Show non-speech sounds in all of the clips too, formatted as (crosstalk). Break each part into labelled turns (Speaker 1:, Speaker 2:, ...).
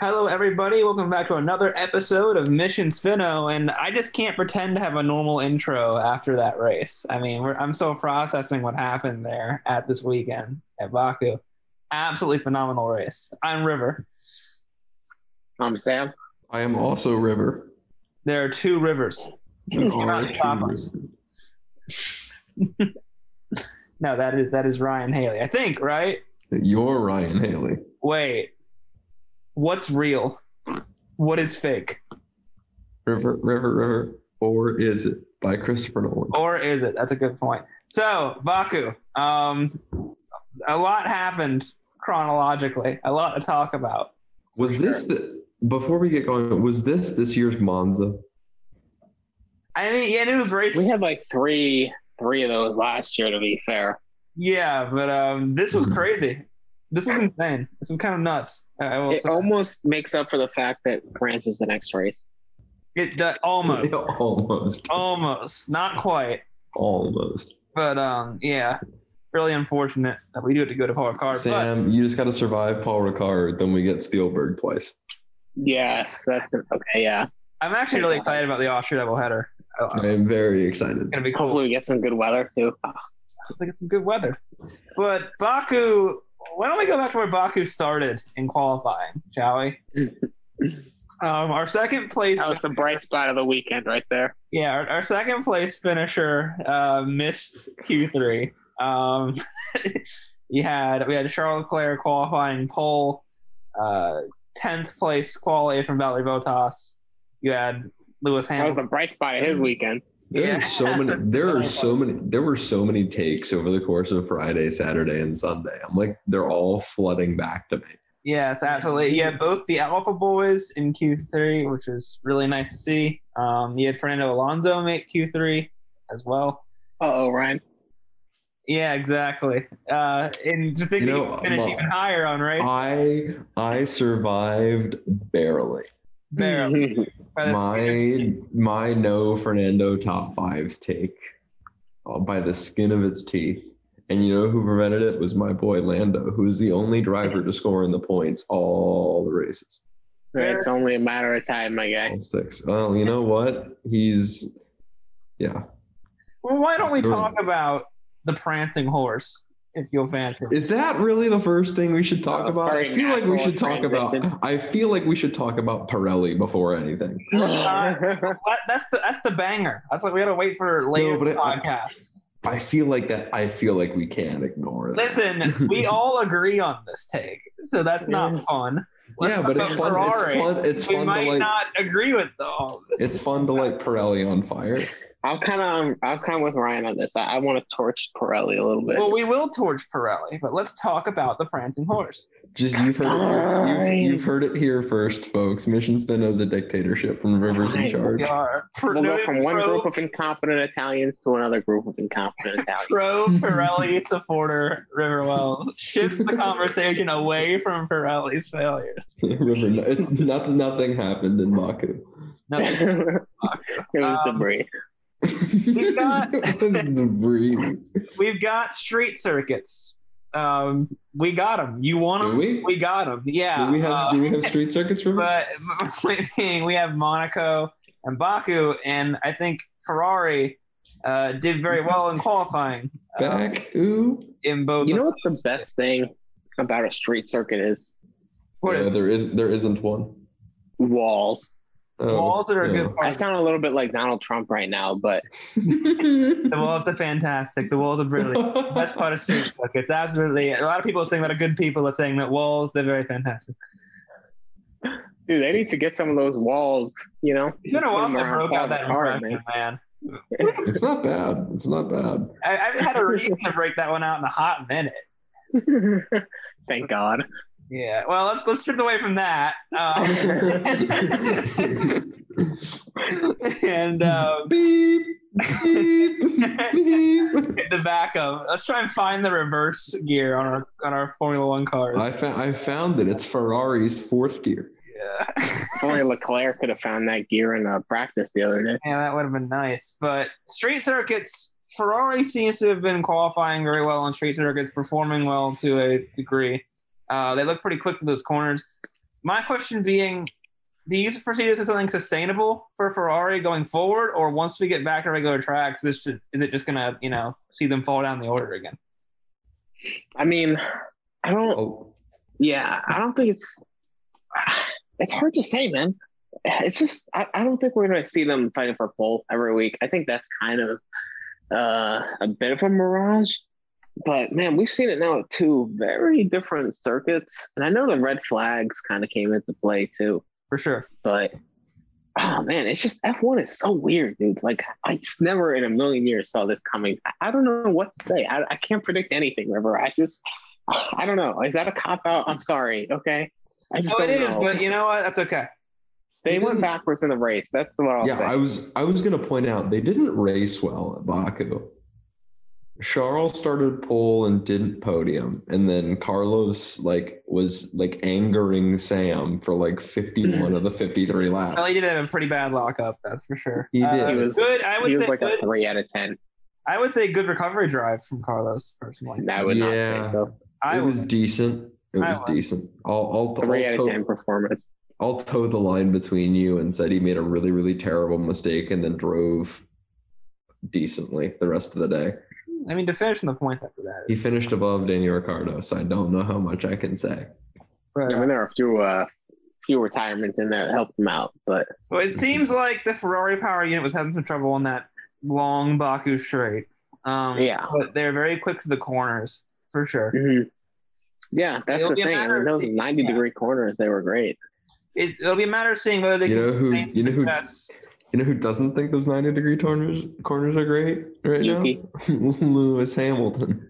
Speaker 1: everybody. Welcome back to another episode of Mission Spino. And I just can't pretend to have a normal intro after that race. I mean, I'm still processing what happened there at this weekend at Baku. Absolutely phenomenal race. I'm River.
Speaker 2: I'm Sam.
Speaker 3: I am also River.
Speaker 1: There are two rivers.
Speaker 3: There
Speaker 1: You're
Speaker 3: are
Speaker 1: not
Speaker 3: two
Speaker 1: top us.
Speaker 3: rivers.
Speaker 1: No, that is that is Ryan Haley. I think, right?
Speaker 3: You're Ryan Haley.
Speaker 1: Wait. What's real? What is fake?
Speaker 3: River, River, River. Or is it by Christopher Nolan?
Speaker 1: Or is it? That's a good point. So, Baku, um, a lot happened chronologically, a lot to talk about.
Speaker 3: was this the before we get going? Was this this year's Monza?
Speaker 1: I mean, yeah, it was race.
Speaker 2: We had like three three of those last year to be fair.
Speaker 1: yeah, but um, this
Speaker 2: Hmm.
Speaker 1: was crazy. This was insane. This was kind of nuts. I- I will
Speaker 2: It
Speaker 1: say.
Speaker 2: almost makes up for the fact that France is the next race.
Speaker 1: It, that, almost,
Speaker 3: (laughs) almost,
Speaker 1: almost, not quite,
Speaker 3: almost.
Speaker 1: but um, yeah, really unfortunate that we do have to go to Paul Ricard. But
Speaker 3: Sam, you just got to survive Paul Ricard. Then we get Spielberg twice.
Speaker 2: Yes, that's okay. Yeah,
Speaker 1: I'm actually really excited about the Austria doubleheader. I- I'm
Speaker 3: I am very excited.
Speaker 1: gonna be cool.
Speaker 2: hopefully we get some good weather too.
Speaker 1: Let's get some good weather. But Baku, why don't we go back to where Baku started in qualifying, shall we? um, our second place,
Speaker 2: That was the bright spot of the weekend right there.
Speaker 1: yeah, our, our second place finisher uh, missed Q three. Um, (laughs) you had we had Charles Leclerc qualifying pole, uh, tenth place quality from Valerie Botas. You had Lewis
Speaker 2: That was the
Speaker 1: Hamilton.
Speaker 2: bright spot of
Speaker 1: Mm-hmm.
Speaker 2: his weekend.
Speaker 3: There
Speaker 1: Yeah. (laughs)
Speaker 3: are so many. There are so many. There were so many takes over the course of Friday, Saturday, and Sunday. I'm like, they're all flooding back to me.
Speaker 1: Yes, absolutely. Yeah, both the Alpha Boys in Q3, which was really nice to see. Um, you had Fernando Alonso make Q3 as well.
Speaker 2: Uh oh, Ryan.
Speaker 1: Yeah, exactly. Uh, and to think
Speaker 3: You
Speaker 1: that
Speaker 3: know,
Speaker 1: you could finish
Speaker 3: well,
Speaker 1: even higher on race
Speaker 3: I I survived barely.
Speaker 1: barely. By the skin
Speaker 3: My my no Fernando top fives take uh, by the skin of its teeth. And you know who prevented it was my boy Lando, who is the only driver to score in the points all the races,
Speaker 2: (laughs) it's only a matter of time, my guy. (laughs)
Speaker 3: all six. Well, you know what? He's yeah.
Speaker 1: of- well, why don't we
Speaker 3: Sure.
Speaker 1: talk about the prancing horse, if you'll fancy?
Speaker 3: Is that really the first thing we should talk
Speaker 2: That was
Speaker 3: about? I
Speaker 2: very
Speaker 3: feel like we
Speaker 2: natural
Speaker 3: should talk
Speaker 2: transition.
Speaker 3: about. I feel like we should talk about Pirelli before anything.
Speaker 1: That- that's the that's the banger. That's like we gotta wait for later
Speaker 3: but it-
Speaker 1: podcasts.
Speaker 3: I feel like that. I feel like we can ignore it. (laughs)
Speaker 1: Listen, we all agree on this take, so that's not fun. Let's
Speaker 3: yeah,
Speaker 1: talk
Speaker 3: but it's
Speaker 1: about
Speaker 3: fun.
Speaker 1: Ferrari.
Speaker 3: It's fun. It's
Speaker 1: we
Speaker 3: fun
Speaker 1: might
Speaker 3: to like.
Speaker 1: not agree with the- all of this.
Speaker 3: It's fun to light Pirelli on fire.
Speaker 2: I'm kind of um, I'm kind of with Ryan on this. I, I want to torch Pirelli a little bit.
Speaker 1: well, we will torch Pirelli, but let's talk about the prancing horse.
Speaker 3: Just you've heard it, you've, you've heard it here first, folks. Mission Spino's a dictatorship from Rivers in charge.
Speaker 1: We are pro,
Speaker 2: we'll go from one
Speaker 1: pro,
Speaker 2: group of incompetent Italians to another group of
Speaker 1: (laughs)
Speaker 2: incompetent Italians.
Speaker 3: (laughs)
Speaker 1: pro Pirelli supporter River Wells shifts the conversation away from Pirelli's failures.
Speaker 3: (laughs) River, it's not nothing happened in Baku. (laughs)
Speaker 1: No,
Speaker 2: it was
Speaker 1: Um,
Speaker 2: debris.
Speaker 1: We've
Speaker 3: (laughs)
Speaker 1: got-
Speaker 3: It was debris.
Speaker 1: we've got street circuits. Um, we got them. You want
Speaker 3: Do
Speaker 1: them?
Speaker 3: we?
Speaker 1: Um, We got them. Yeah.
Speaker 3: do we have
Speaker 1: uh,
Speaker 3: do we have street circuits? River?
Speaker 1: But (laughs) my point being, we have Monaco and Baku, and I think Ferrari uh, did
Speaker 3: (laughs)
Speaker 1: very well in qualifying uh,
Speaker 3: Back. Ooh.
Speaker 1: in both.
Speaker 2: You know what the best thing about a street circuit is?
Speaker 1: What is
Speaker 3: Yeah, there is there isn't one.
Speaker 2: Walls.
Speaker 3: Oh,
Speaker 1: walls that are a
Speaker 3: yeah.
Speaker 1: good
Speaker 2: I
Speaker 1: part.
Speaker 2: sound a little bit like Donald Trump right now, but
Speaker 1: The
Speaker 3: (laughs)
Speaker 1: walls are fantastic. The walls are brilliant. Best part of street circuits. Absolutely. A lot of people are saying that are good people are saying that walls, they're very fantastic.
Speaker 2: dude, they need to get some of those walls. You know,
Speaker 1: It's been a while
Speaker 2: Put 'em
Speaker 1: since I
Speaker 2: around
Speaker 1: broke out that
Speaker 2: Paul Ricard,
Speaker 1: impression, man.
Speaker 3: It's not bad. It's not bad.
Speaker 1: I, I've had a reason to break that one out in a hot minute.
Speaker 2: man. (laughs) Thank God.
Speaker 1: Yeah. Well, let's let's drift away from that. (laughs)
Speaker 3: (laughs)
Speaker 1: Um, and um,
Speaker 3: beep,
Speaker 1: (laughs)
Speaker 3: beep, beep.
Speaker 1: the back of let's try and find the reverse gear on our on our Formula One cars.
Speaker 3: I found I found it. It's Ferrari's fourth gear.
Speaker 1: yeah.
Speaker 2: Only Leclerc could have found that gear in uh, practice the other day.
Speaker 1: yeah, that would have been nice. But street circuits, Ferrari seems to have been qualifying very well on street circuits, performing well to a degree. Uh, they look pretty quick for those corners. My question being, do you foresee this as something sustainable for Ferrari going forward, or once we get back to regular tracks, this should, is it just gonna you know see them fall down the order again?
Speaker 2: I mean, I don't.
Speaker 3: Oh,
Speaker 2: Yeah, I don't think it's. (sighs) It's hard to say, man. It's just I, I don't think we're gonna see them fighting for pole every week. I think that's kind of uh, a bit of a mirage. But man, we've seen it now at two very different circuits, and I know the red flags kind of came into play too.
Speaker 1: For sure.
Speaker 2: But oh man, it's just F one is so weird, dude. Like I just never in a million years saw this coming. I- I don't know what to say. I, I can't predict anything, River. I just I don't know. Is that a cop out? I'm sorry. Okay. I just
Speaker 1: Oh,
Speaker 2: don't
Speaker 1: it is,
Speaker 2: know.
Speaker 1: but you know what? That's okay.
Speaker 2: they
Speaker 3: You
Speaker 2: went
Speaker 3: didn't-
Speaker 2: backwards in the race. That's what
Speaker 1: Oh,
Speaker 2: I'll
Speaker 3: yeah.
Speaker 2: say.
Speaker 3: I was I was gonna point out they didn't race well at Baku. Charles started pole and didn't podium, and then Carlos like was like angering Sam for like fifty-one of the fifty-three laps.
Speaker 1: Well, he did have a pretty bad lockup, that's for sure. Uh,
Speaker 3: He did.
Speaker 2: He was-
Speaker 1: good. I would
Speaker 2: he was
Speaker 1: say
Speaker 2: like
Speaker 1: good,
Speaker 2: a three out of ten.
Speaker 1: I would say good recovery drive from Carlos personally.
Speaker 2: And I would not
Speaker 3: Yeah.
Speaker 2: say so.
Speaker 1: I
Speaker 3: it was decent. It
Speaker 1: I
Speaker 3: was
Speaker 1: was.
Speaker 3: decent. I'll I'll,
Speaker 2: Three
Speaker 3: I'll
Speaker 2: out of
Speaker 3: toe,
Speaker 2: ten performance.
Speaker 3: I'll toe the line between you and said he made a really really terrible mistake and then drove decently the rest of the day.
Speaker 1: I mean to finish in the points after that.
Speaker 3: He finished above Daniel Ricciardo, so I don't know how much I can say.
Speaker 1: but,
Speaker 2: I mean, there are a few uh, few retirements in there that helped him out, but
Speaker 1: well, it seems like the Ferrari power unit was having some trouble on that long Baku straight. Um,
Speaker 2: Yeah.
Speaker 1: But they're very quick to the corners for sure.
Speaker 2: mhm. yeah, that's
Speaker 1: It'll
Speaker 2: the
Speaker 1: be a
Speaker 2: thing. I
Speaker 1: matter
Speaker 2: mean,
Speaker 1: of
Speaker 2: those
Speaker 1: seeing-
Speaker 2: ninety degree corners, they were great.
Speaker 1: It, it'll be a matter of seeing whether they
Speaker 3: You
Speaker 1: can
Speaker 3: know who-
Speaker 1: sustain
Speaker 3: you know who-
Speaker 1: success.
Speaker 3: You know who doesn't think those 90 degree corners corners are great right
Speaker 2: Yuki.
Speaker 3: now? (laughs) Lewis Hamilton.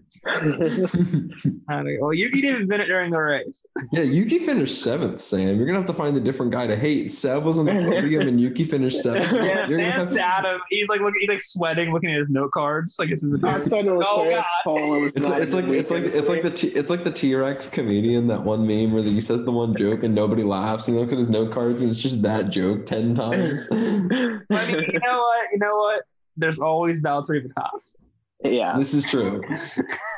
Speaker 2: (laughs)
Speaker 3: (laughs)
Speaker 1: Uh, Well, Yuki didn't win it during the
Speaker 3: (laughs)
Speaker 1: race.
Speaker 3: yeah, Yuki finished seventh, Sam. You're gonna have to find a different guy to hate. Seb was on the podium and Yuki finished seventh.
Speaker 1: Yeah,
Speaker 3: You're gonna
Speaker 1: Sam's
Speaker 3: have-
Speaker 1: out of. He's like looking. He's like sweating, looking at his note cards. Like this is the top.
Speaker 2: Outside of
Speaker 1: Oh,
Speaker 2: Leclerc's
Speaker 1: God.
Speaker 2: pole, it was
Speaker 3: It's,
Speaker 2: not
Speaker 3: it's
Speaker 2: a
Speaker 3: like
Speaker 2: good
Speaker 3: it's like
Speaker 2: weekend
Speaker 3: it's
Speaker 2: for
Speaker 3: like
Speaker 2: me.
Speaker 3: the t- it's like the T Rex comedian that one meme where he says the one joke and nobody laughs and he looks at his note cards and it's just that joke ten times.
Speaker 2: (laughs)
Speaker 1: I mean, (laughs) you know what? You know what? There's always Valtteri Bottas. (laughs)
Speaker 3: (laughs)
Speaker 2: yeah.
Speaker 3: this is
Speaker 2: (laughs)
Speaker 3: true.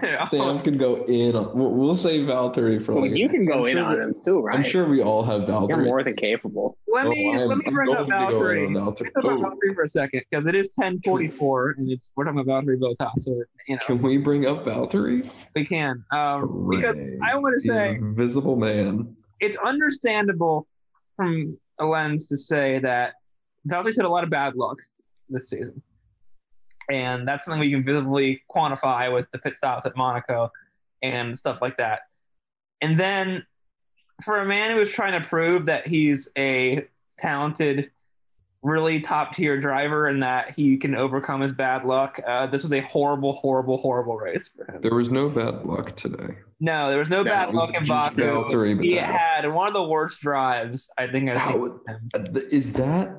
Speaker 1: They're all-
Speaker 3: Sam can go in. On, we'll we'll save Valtteri for
Speaker 2: Well,
Speaker 3: later.
Speaker 2: you can go
Speaker 3: I'm
Speaker 2: in
Speaker 3: sure
Speaker 2: on
Speaker 3: that-
Speaker 2: him too, right?
Speaker 3: I'm sure we all have Valtteri.
Speaker 2: you're more than capable.
Speaker 1: Let
Speaker 3: Oh,
Speaker 1: me
Speaker 3: I'm-
Speaker 1: let me
Speaker 3: I'm
Speaker 1: bring up
Speaker 3: going to go in
Speaker 1: Valtteri.
Speaker 3: on
Speaker 1: Let's talk about
Speaker 3: Valtteri. Oh,
Speaker 1: Valtteri for a second because it is 10:44 and it's we're talking about Valtteri Bottas. So you
Speaker 3: Oh,
Speaker 1: know
Speaker 3: can we bring up Valtteri?
Speaker 1: we can. Um, because
Speaker 3: Hooray.
Speaker 1: I wanna
Speaker 3: The
Speaker 1: say-
Speaker 3: invisible man.
Speaker 1: it's understandable from a lens to say that Valtteri's had a lot of bad luck this season. And that's something we can visibly quantify with the pit stops at Monaco and stuff like that. And then for a man who is trying to prove that he's a talented, really top tier driver and that he can overcome his bad luck, uh, this was a horrible, horrible, horrible race for him.
Speaker 3: There was no bad luck today.
Speaker 1: No, there was no
Speaker 2: No,
Speaker 1: bad
Speaker 2: it was
Speaker 1: luck in
Speaker 3: just
Speaker 1: Baku.
Speaker 3: Valtteri
Speaker 1: He
Speaker 3: Bottas.
Speaker 1: had one of the worst drives I think I've
Speaker 3: That
Speaker 1: seen.
Speaker 3: was-
Speaker 1: him.
Speaker 3: Uh, th- Is that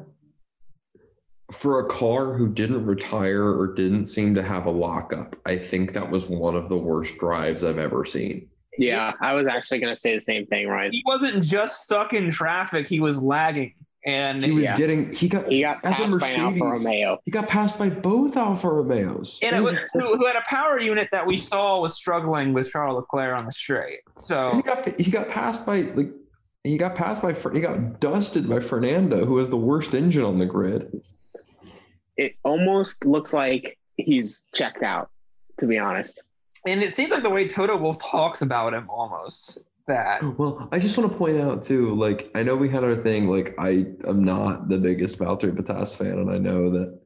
Speaker 3: for a car who didn't retire or didn't seem to have a lockup? I think that was one of the worst drives I've ever seen.
Speaker 2: Yeah, I was actually gonna say the same thing, Ryan.
Speaker 1: He wasn't just stuck in traffic; he was lagging, and
Speaker 3: He was
Speaker 2: Yeah.
Speaker 3: getting he got
Speaker 2: He got
Speaker 3: as a
Speaker 2: passed by an Alfa
Speaker 3: Mercedes.
Speaker 2: Romeo.
Speaker 3: he got passed by both Alfa Romeos.
Speaker 1: and it was, who, who had a power unit that we saw was struggling with Charles Leclerc on the straight.
Speaker 3: And
Speaker 1: So
Speaker 3: he got he got passed by like he got passed by Fer- he got dusted by Fernando, who has the worst engine on the grid.
Speaker 2: It almost looks like he's checked out, to be honest.
Speaker 1: and it seems like the way Toto Wolf talks about him almost that
Speaker 3: Well, I just want to point out too, like I know we had our thing. Like I am not the biggest Valtteri Bottas fan, and I know that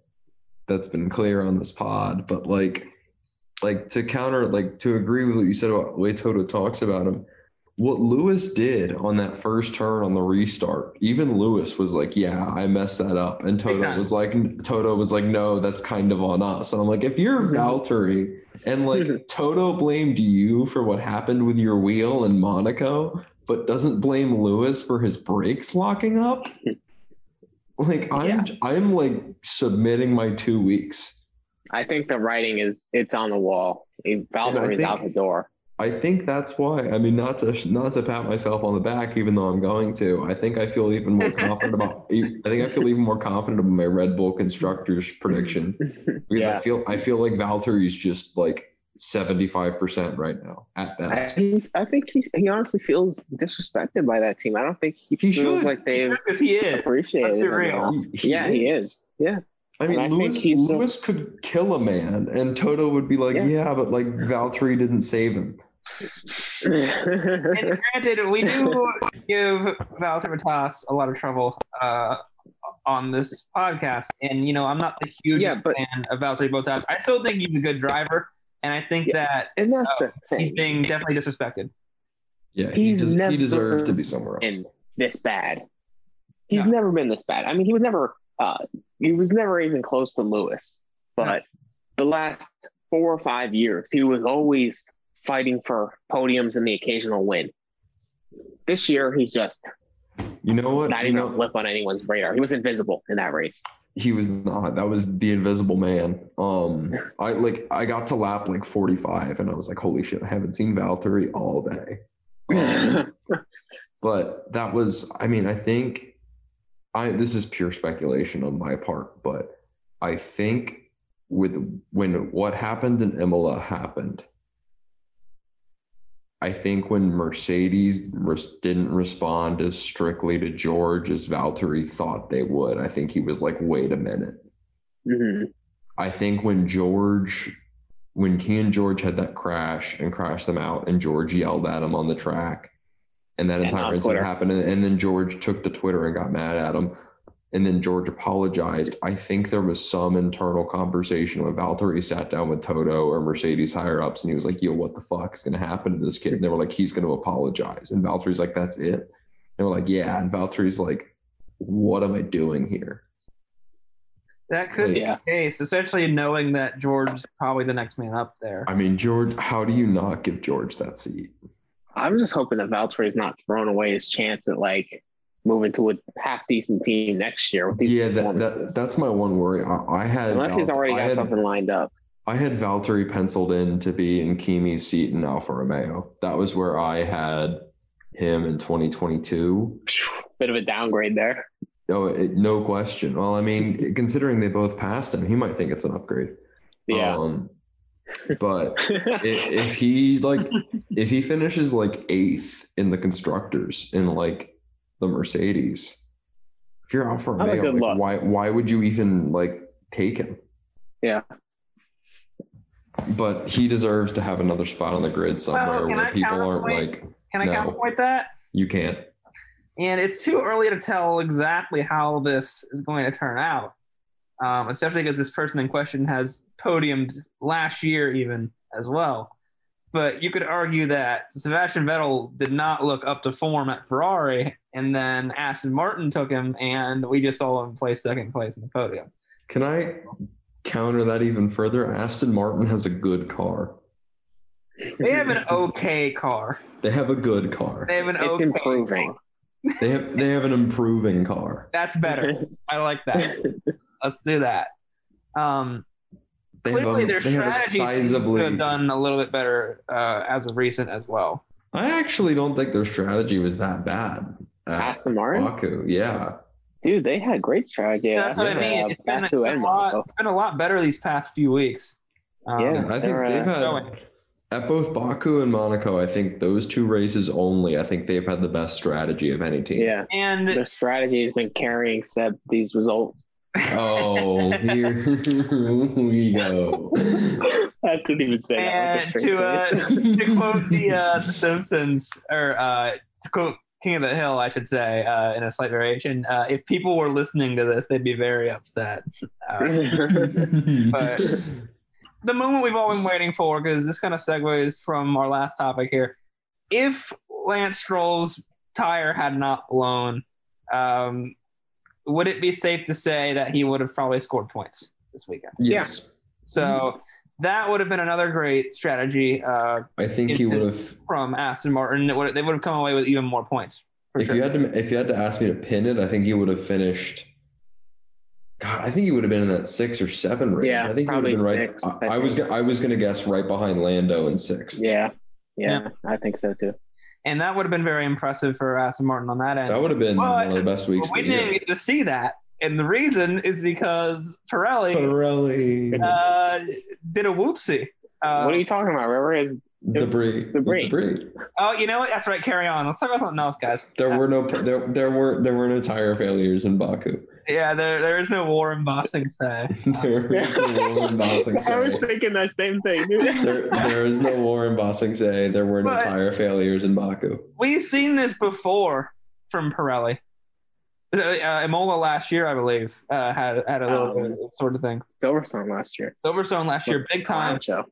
Speaker 3: that's been clear on this pod. But like, like to counter, like to agree with what you said about the way Toto talks about him. What Lewis did on that first turn on the restart, even Lewis was like, "Yeah, I messed that up," and Toto
Speaker 1: time.
Speaker 3: was like, "Toto was like, no, that's kind of on us." And I'm like, if you're Valtteri, and like Toto blamed you for what happened with your wheel in Monaco, but doesn't blame Lewis for his brakes locking up. Like I'm I'm like submitting my two weeks.
Speaker 2: I think the writing is it's on the wall.
Speaker 3: And I
Speaker 2: Valtteri is
Speaker 3: think-
Speaker 2: out the door.
Speaker 3: I think that's why. I mean, not to not to pat myself on the back, even though I'm going to. I think I feel even more
Speaker 2: (laughs)
Speaker 3: confident about. e, I think I feel even more confident about my Red Bull constructors prediction because
Speaker 2: Yeah.
Speaker 3: I feel I feel like Valtteri's just like 75% right now at best.
Speaker 2: I, I think he, he honestly feels disrespected by that team. I don't think he,
Speaker 3: He
Speaker 2: feels
Speaker 3: should.
Speaker 2: like they
Speaker 1: because he is.
Speaker 2: appreciate
Speaker 1: Let's
Speaker 2: it.
Speaker 1: be real.
Speaker 2: Yeah, he is. Yeah.
Speaker 3: I mean,
Speaker 2: And I think
Speaker 3: Lewis,
Speaker 2: he's just-
Speaker 3: Lewis could kill a man, and Toto would be like,
Speaker 2: Yeah.
Speaker 3: yeah, but like Valtteri didn't save him.
Speaker 1: And granted, we do give Valtteri Bottas a lot of trouble uh, on this podcast, and you know I'm not the huge
Speaker 2: Yeah, but-
Speaker 1: fan of Valtteri Bottas. I still think he's a good driver, and I think
Speaker 2: Yeah.
Speaker 1: that
Speaker 2: (laughs) and that's the
Speaker 3: Oh,
Speaker 1: he's
Speaker 2: thing.
Speaker 1: being definitely disrespected.
Speaker 3: Yeah,
Speaker 2: He's
Speaker 3: he, des-
Speaker 2: never
Speaker 3: he deserves to be somewhere else.
Speaker 2: And this bad. He's
Speaker 1: No.
Speaker 2: never been this bad. I mean, he was never uh he was never even close to Lewis. But the last four or five years, he was always fighting for podiums and the occasional win. This year, he's just
Speaker 3: You know what?
Speaker 2: not
Speaker 3: You
Speaker 2: even
Speaker 3: know-
Speaker 2: a blip on anyone's radar. He was invisible in that race.
Speaker 3: he was not. That was the Invisible Man. Um, I like I got to lap like 45, and I was like, holy shit, I haven't seen Valtteri all day.
Speaker 2: (laughs)
Speaker 3: Um, but that was i mean i think i this is pure speculation on my part but i think with when what happened in imola happened i think when mercedes res- didn't respond as strictly to george as valtteri thought they would i think he was like wait a minute
Speaker 2: Mhm.
Speaker 3: I think when George, when he and George had that crash and crashed them out, and George yelled at him on the track, and that
Speaker 2: And on
Speaker 3: entire
Speaker 2: Twitter.
Speaker 3: incident happened, and, and then George took to Twitter and got mad at him, and then George apologized. I think there was some internal conversation when Valtteri sat down with Toto or Mercedes higher ups, and he was like, "Yo, what the fuck is going to happen to this kid?" And they were like, "He's going to apologize," and Valtteri's like, "That's it." they were like, "Yeah," and Valtteri's like, "What am I doing here?"
Speaker 1: That could be
Speaker 2: Yeah.
Speaker 1: the case, especially knowing that George's probably the next man up there.
Speaker 3: I mean, George, how do you not give George that seat?
Speaker 2: I'm just hoping that Valtteri's not throwing away his chance at like moving to a half decent team next year with these
Speaker 3: yeah, that,
Speaker 2: performances.
Speaker 3: that that's my one worry. I, I had
Speaker 2: Unless he's
Speaker 3: Valt-
Speaker 2: already
Speaker 3: I
Speaker 2: got
Speaker 3: had,
Speaker 2: something lined up.
Speaker 3: I had Valtteri penciled in to be in Kimi's seat in Alfa Romeo. That was where I had him in 2022.
Speaker 2: Bit of a downgrade there.
Speaker 3: No, it, no question. Well, I mean, considering they both passed him, he might think it's an upgrade.
Speaker 2: (laughs) Yeah.
Speaker 3: Um, but i- if
Speaker 2: (laughs)
Speaker 3: he like, if he finishes like eighth in the constructors in like the Mercedes, if you're Alfa
Speaker 2: a
Speaker 3: Romeo,
Speaker 2: good
Speaker 3: like,
Speaker 2: look.
Speaker 3: why why would you even like take him?
Speaker 2: Yeah.
Speaker 3: But he deserves to have another spot on the grid somewhere
Speaker 1: can
Speaker 3: where
Speaker 1: I
Speaker 3: people aren't
Speaker 1: counterpoint?
Speaker 3: like,
Speaker 1: Can I
Speaker 3: No.
Speaker 1: counterpoint that?
Speaker 3: you can't.
Speaker 1: And it's too early to tell exactly how this is going to turn out, um, especially because this person in question has podiumed last year, even as well. But you could argue that Sebastian Vettel did not look up to form at Ferrari, and then Aston Martin took him, and we just saw him play second place in the podium.
Speaker 3: Can I counter that even further? Aston Martin has a good car.
Speaker 1: They have an okay car.
Speaker 3: They have a good car.
Speaker 1: They have an
Speaker 2: It's
Speaker 1: okay
Speaker 2: improving.
Speaker 1: car.
Speaker 3: They have they have an improving car.
Speaker 1: That's better.
Speaker 2: (laughs)
Speaker 1: I like that. Let's do that. Um,
Speaker 3: They
Speaker 1: clearly
Speaker 3: have a,
Speaker 1: their
Speaker 3: they have a
Speaker 1: strategy seems to have
Speaker 3: sizably.
Speaker 1: done a little bit better uh, as of recent as well.
Speaker 3: I actually don't think their strategy was that bad. At
Speaker 2: Aston Martin,
Speaker 3: Baku, yeah.
Speaker 2: dude, they had great strategy.
Speaker 1: That's what I mean. It's been,
Speaker 2: Back
Speaker 1: it's
Speaker 2: to
Speaker 1: been
Speaker 2: end
Speaker 1: a lot,
Speaker 2: Monaco.
Speaker 1: it's been a lot better these past few weeks. Um,
Speaker 2: Yeah.
Speaker 3: I think
Speaker 2: they're, uh,
Speaker 3: they've had
Speaker 1: going.
Speaker 3: at both Baku and Monaco. I think those two races only. I think they've had the best strategy of any team.
Speaker 2: Yeah,
Speaker 1: And
Speaker 2: their strategy has been carrying Seb these results
Speaker 3: (laughs)
Speaker 2: (laughs)
Speaker 3: Oh, here (laughs)
Speaker 2: (laughs)
Speaker 3: we go.
Speaker 2: I couldn't even say
Speaker 1: and
Speaker 2: that. with a
Speaker 1: to, uh,
Speaker 2: straight
Speaker 1: (laughs)
Speaker 2: face.
Speaker 1: to quote
Speaker 2: (laughs)
Speaker 1: the, uh, the Simpsons, or uh, to quote King of the Hill, I should say, uh, in a slight variation, uh, if people were listening to this, they'd be very upset. Uh, but the moment we've all been waiting for, because this kind of segues from our last topic here. If Lance Stroll's tire had not blown, um, would it be safe to say that he would have probably scored points this weekend?
Speaker 3: yes, Mm-hmm.
Speaker 1: So that would have been another great strategy uh,
Speaker 3: I think he would have.
Speaker 1: from Aston Martin. It would- They would have come away with even more points. For
Speaker 3: If
Speaker 1: sure.
Speaker 3: you had to, if you had to ask me to pin it, I think he would have finished. God, I think he would have been in that six or seven range.
Speaker 2: Yeah,
Speaker 3: I think he would
Speaker 2: probably
Speaker 3: have been right.
Speaker 2: six,
Speaker 3: I,
Speaker 2: I
Speaker 3: I was go- I was gonna guess right behind Lando in
Speaker 1: uh,
Speaker 2: (laughs)
Speaker 3: sixth.
Speaker 2: yeah, yeah, I think so too.
Speaker 1: and that would have been very impressive for Aston Martin on that end.
Speaker 3: That would have been
Speaker 1: But-
Speaker 3: one of the best weeks.
Speaker 1: But we
Speaker 3: of the
Speaker 1: didn't
Speaker 3: year.
Speaker 1: get to see that. And the reason is because Pirelli
Speaker 3: Pirelli.
Speaker 1: uh, did a whoopsie Uh,
Speaker 2: what are you talking about? River
Speaker 3: (laughs)
Speaker 2: is
Speaker 3: Debris.
Speaker 2: Debris.
Speaker 3: It's debris.
Speaker 1: oh, you know what? That's right. Carry on. Let's talk about something else, guys.
Speaker 3: There were no there, there were there were no tire failures in Baku. (laughs)
Speaker 1: Yeah, there, there is no war in Bossing Say.
Speaker 3: There is no
Speaker 2: (laughs)
Speaker 3: war in Bossing
Speaker 2: I was
Speaker 3: Se.
Speaker 2: thinking that same thing. (laughs) dude.
Speaker 3: There, there is no war in Bossing Se. There were no
Speaker 1: But-
Speaker 3: tire failures in Baku.
Speaker 1: We've seen this before from Pirelli. Uh, uh, Imola last year, I believe, uh, had had a little
Speaker 2: Oh.
Speaker 1: bit of this sort of thing.
Speaker 2: Silverstone last year.
Speaker 1: Silverstone last year, big time.
Speaker 2: Clown show.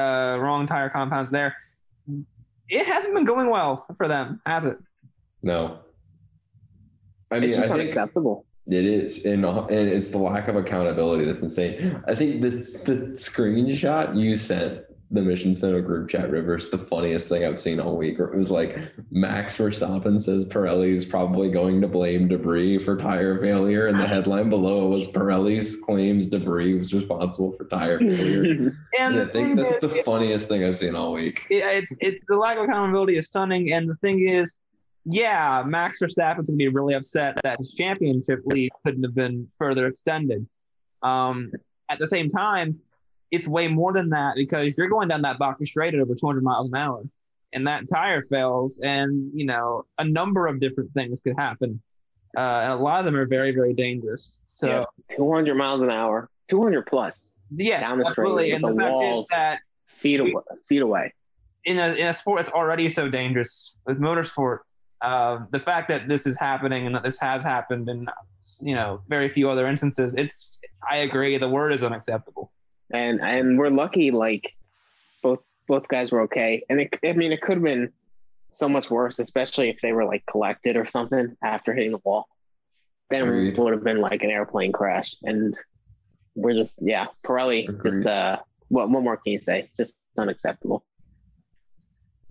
Speaker 1: Uh, wrong tire compounds there. It hasn't been going well for them, has it?
Speaker 3: No. I mean,
Speaker 2: It's
Speaker 3: I
Speaker 2: just
Speaker 3: think
Speaker 2: unacceptable.
Speaker 3: it is, and and it's the lack of accountability that's insane. I think this the screenshot you sent the Mission Spinner group chat rivers the funniest thing I've seen all week. It was like Max Verstappen says Pirelli's probably going to blame debris for tire failure, and the headline below it was Pirelli's claims debris was responsible for
Speaker 2: (laughs)
Speaker 3: tire failure.
Speaker 1: And
Speaker 3: And I
Speaker 1: the thing
Speaker 3: think that's
Speaker 1: is,
Speaker 3: the
Speaker 1: it-
Speaker 3: funniest thing I've seen all week.
Speaker 1: it's it's the lack of accountability is stunning. And the thing is, yeah, Max Verstappen's gonna be really upset that his championship lead couldn't have been further extended. Um, at the same time, it's way more than that because you're going down that Baku straight at over 200 miles an hour, and that tire fails, and you know a number of different things could happen. Uh, and a lot of them are very, very dangerous. So.
Speaker 2: Yeah. 200 miles an hour, 200 plus,
Speaker 1: Yes,
Speaker 2: Down the straight
Speaker 1: absolutely.
Speaker 2: with
Speaker 1: And
Speaker 2: the
Speaker 1: the fact is
Speaker 2: walls.
Speaker 1: that
Speaker 2: feet away. Feet away.
Speaker 1: in a in a sport that's already so dangerous with motorsport, uh, the fact that this is happening and that this has happened in you know very few other instances, it's I agree. The word is unacceptable.
Speaker 2: And and we're lucky. Like both both guys were okay. And it, I mean, it could have been so much worse, especially if they were like collected or something after hitting the wall. Then
Speaker 3: Agreed.
Speaker 2: it would have been like an airplane crash. And we're just yeah, Pirelli. Just
Speaker 3: Agreed.
Speaker 2: uh, what what more can you say? Just unacceptable.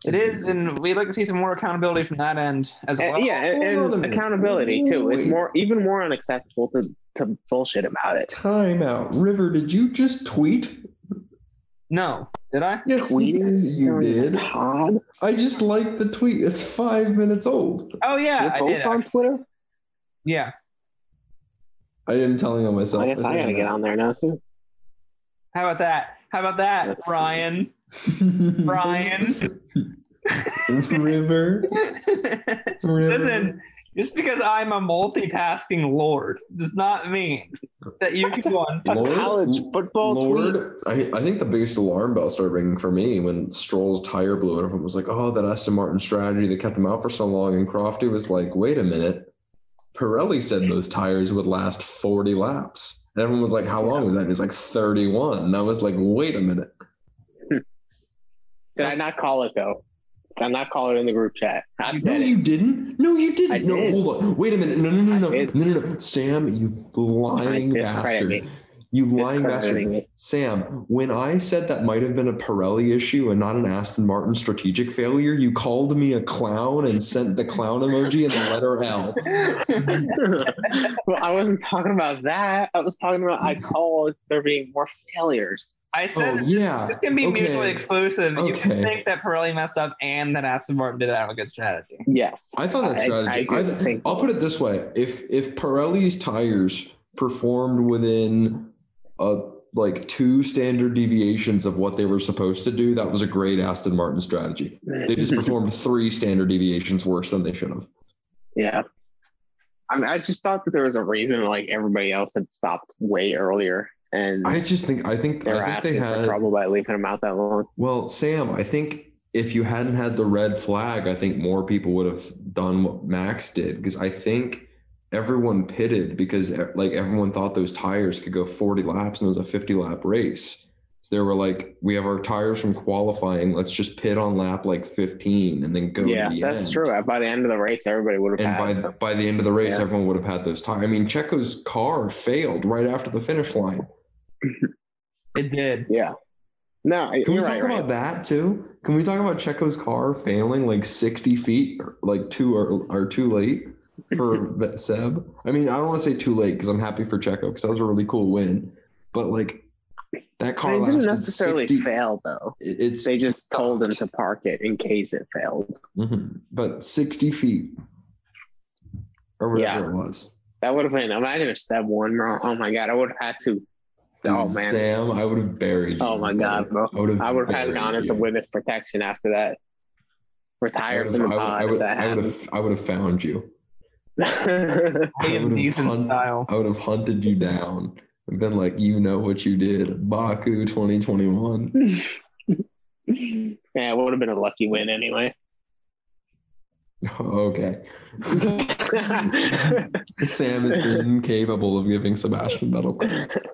Speaker 1: It is, and we'd like to see some more accountability from that end as
Speaker 2: Uh,
Speaker 1: well.
Speaker 2: yeah, and,
Speaker 3: hold on a
Speaker 2: and
Speaker 3: minute.
Speaker 2: accountability too. It's
Speaker 3: Wait.
Speaker 2: more even more unacceptable to to bullshit about it.
Speaker 3: Time out. River, did you just tweet?
Speaker 1: No, did I?
Speaker 3: Yes, yes,
Speaker 2: Tweeting
Speaker 3: you
Speaker 2: during the
Speaker 3: did.
Speaker 2: pod.
Speaker 3: I just liked the tweet. It's five minutes old.
Speaker 1: Oh yeah,
Speaker 2: You're
Speaker 1: I
Speaker 2: both
Speaker 1: did.
Speaker 2: on Twitter.
Speaker 1: Yeah,
Speaker 3: I am telling on myself.
Speaker 2: I guess I gotta get on there now too.
Speaker 1: how about that? How about that,
Speaker 2: Let's see.
Speaker 1: Ryan? (laughs)
Speaker 2: (laughs)
Speaker 3: on.
Speaker 1: Brian.
Speaker 3: (laughs) River. River.
Speaker 1: Listen, just because I'm a multitasking lord does not mean that
Speaker 2: (laughs)
Speaker 1: you can go on.
Speaker 2: A
Speaker 3: Lord-
Speaker 2: college football tweet.
Speaker 3: Lord, I, I think the biggest alarm bell started ringing for me when Stroll's tire blew, and everyone was like, "Oh, that Aston Martin strategy that kept him out for so long." And Crofty was like, "Wait a minute, Pirelli said those tires would last 40 laps." And everyone was like, "How long was that?" And he's like, "31." And I was like, "Wait a minute."
Speaker 2: Did I not call it though? Did I not call it in the group chat? I
Speaker 3: no,
Speaker 2: said it.
Speaker 3: you didn't. No, you didn't.
Speaker 2: I
Speaker 3: no,
Speaker 2: did.
Speaker 3: hold on. Wait a minute. No, no, no,
Speaker 2: I
Speaker 3: no,
Speaker 2: did.
Speaker 3: no, no, no. Sam, you lying
Speaker 2: I discredit
Speaker 3: bastard.
Speaker 2: me.
Speaker 3: You lying
Speaker 2: Discrediting
Speaker 3: bastard.
Speaker 2: me.
Speaker 3: Sam, when I said that might have been a Pirelli issue and not an Aston Martin strategic failure, you called me a clown and sent the clown emoji and the letter
Speaker 2: (laughs)
Speaker 3: L.
Speaker 2: well, I wasn't talking about that. I was talking about I called there being more failures.
Speaker 1: I said
Speaker 3: Oh
Speaker 1: that
Speaker 3: yeah.
Speaker 1: This can be
Speaker 3: Okay.
Speaker 1: mutually exclusive. You can
Speaker 3: Okay.
Speaker 1: think that Pirelli messed up and that Aston Martin did have a good strategy.
Speaker 2: Yes.
Speaker 3: I found that
Speaker 2: I-
Speaker 3: strategy.
Speaker 2: I
Speaker 3: I
Speaker 2: do think-
Speaker 3: will put it this way: if if Pirelli's tires performed within uh like two standard deviations of what they were supposed to do, that was a great Aston Martin strategy. They just performed three standard deviations worse than they should have.
Speaker 2: (laughs) yeah. I mean, I just thought that there was a reason like everybody else had stopped way earlier and
Speaker 3: I just think I think
Speaker 2: they were
Speaker 3: I think
Speaker 2: asking
Speaker 3: they
Speaker 2: for
Speaker 3: had
Speaker 2: trouble by leaving them out that long.
Speaker 3: well, Sam. I think if you hadn't had the red flag, I think more people would have done what Max did because I think everyone pitted because eh, like everyone thought those tires could go 40 laps and it was a 50 lap race. So they were like, we have our tires from qualifying. Let's just pit on lap like 15 and then go.
Speaker 2: Yeah,
Speaker 3: to the
Speaker 2: that's
Speaker 3: end.
Speaker 2: true. By the end of the race, everybody would have
Speaker 3: And
Speaker 2: had.
Speaker 3: by the, by the end of the race,
Speaker 2: Yeah.
Speaker 3: everyone would have had those tires. I mean, Checo's car failed right after the finish line.
Speaker 1: It did.
Speaker 2: yeah. No,
Speaker 3: Can we
Speaker 2: you're
Speaker 3: talk
Speaker 2: right,
Speaker 3: about
Speaker 2: right.
Speaker 3: that too? Can we talk about Checo's car failing like 60 feet, or, like too or, or too late
Speaker 2: (laughs)
Speaker 3: for Ve- Seb? I mean, I don't want to say too late because I'm happy for Checo because that was a really cool win, but like that car
Speaker 2: They didn't
Speaker 3: lasted
Speaker 2: necessarily
Speaker 3: 60
Speaker 2: fail though.
Speaker 3: it- It's
Speaker 2: They just told them to park it in case it failed.
Speaker 3: Mhm. but 60 feet or whatever it was.
Speaker 2: That would have been. Imagine if Seb won. bro. Oh my god, I would have had to
Speaker 3: Dude,
Speaker 2: Oh, man.
Speaker 3: Sam, I would have buried you.
Speaker 2: Oh my god, bro.
Speaker 3: I would have.
Speaker 2: I would have had it on as a witness protection after that. Retire from the pod
Speaker 3: I
Speaker 2: if
Speaker 3: would
Speaker 2: that
Speaker 3: have. I would have found you.
Speaker 2: happened.
Speaker 3: I
Speaker 1: Liam
Speaker 3: would've
Speaker 1: Neeson
Speaker 3: hunt-
Speaker 1: style.
Speaker 3: I would have hunted you down and been like, you know what you did, Baku 2021.
Speaker 2: (laughs) yeah, it would have been a lucky win anyway. (laughs)
Speaker 3: (laughs) okay, Sam is
Speaker 2: (laughs)
Speaker 3: incapable of giving Sebastian Vettel. credit.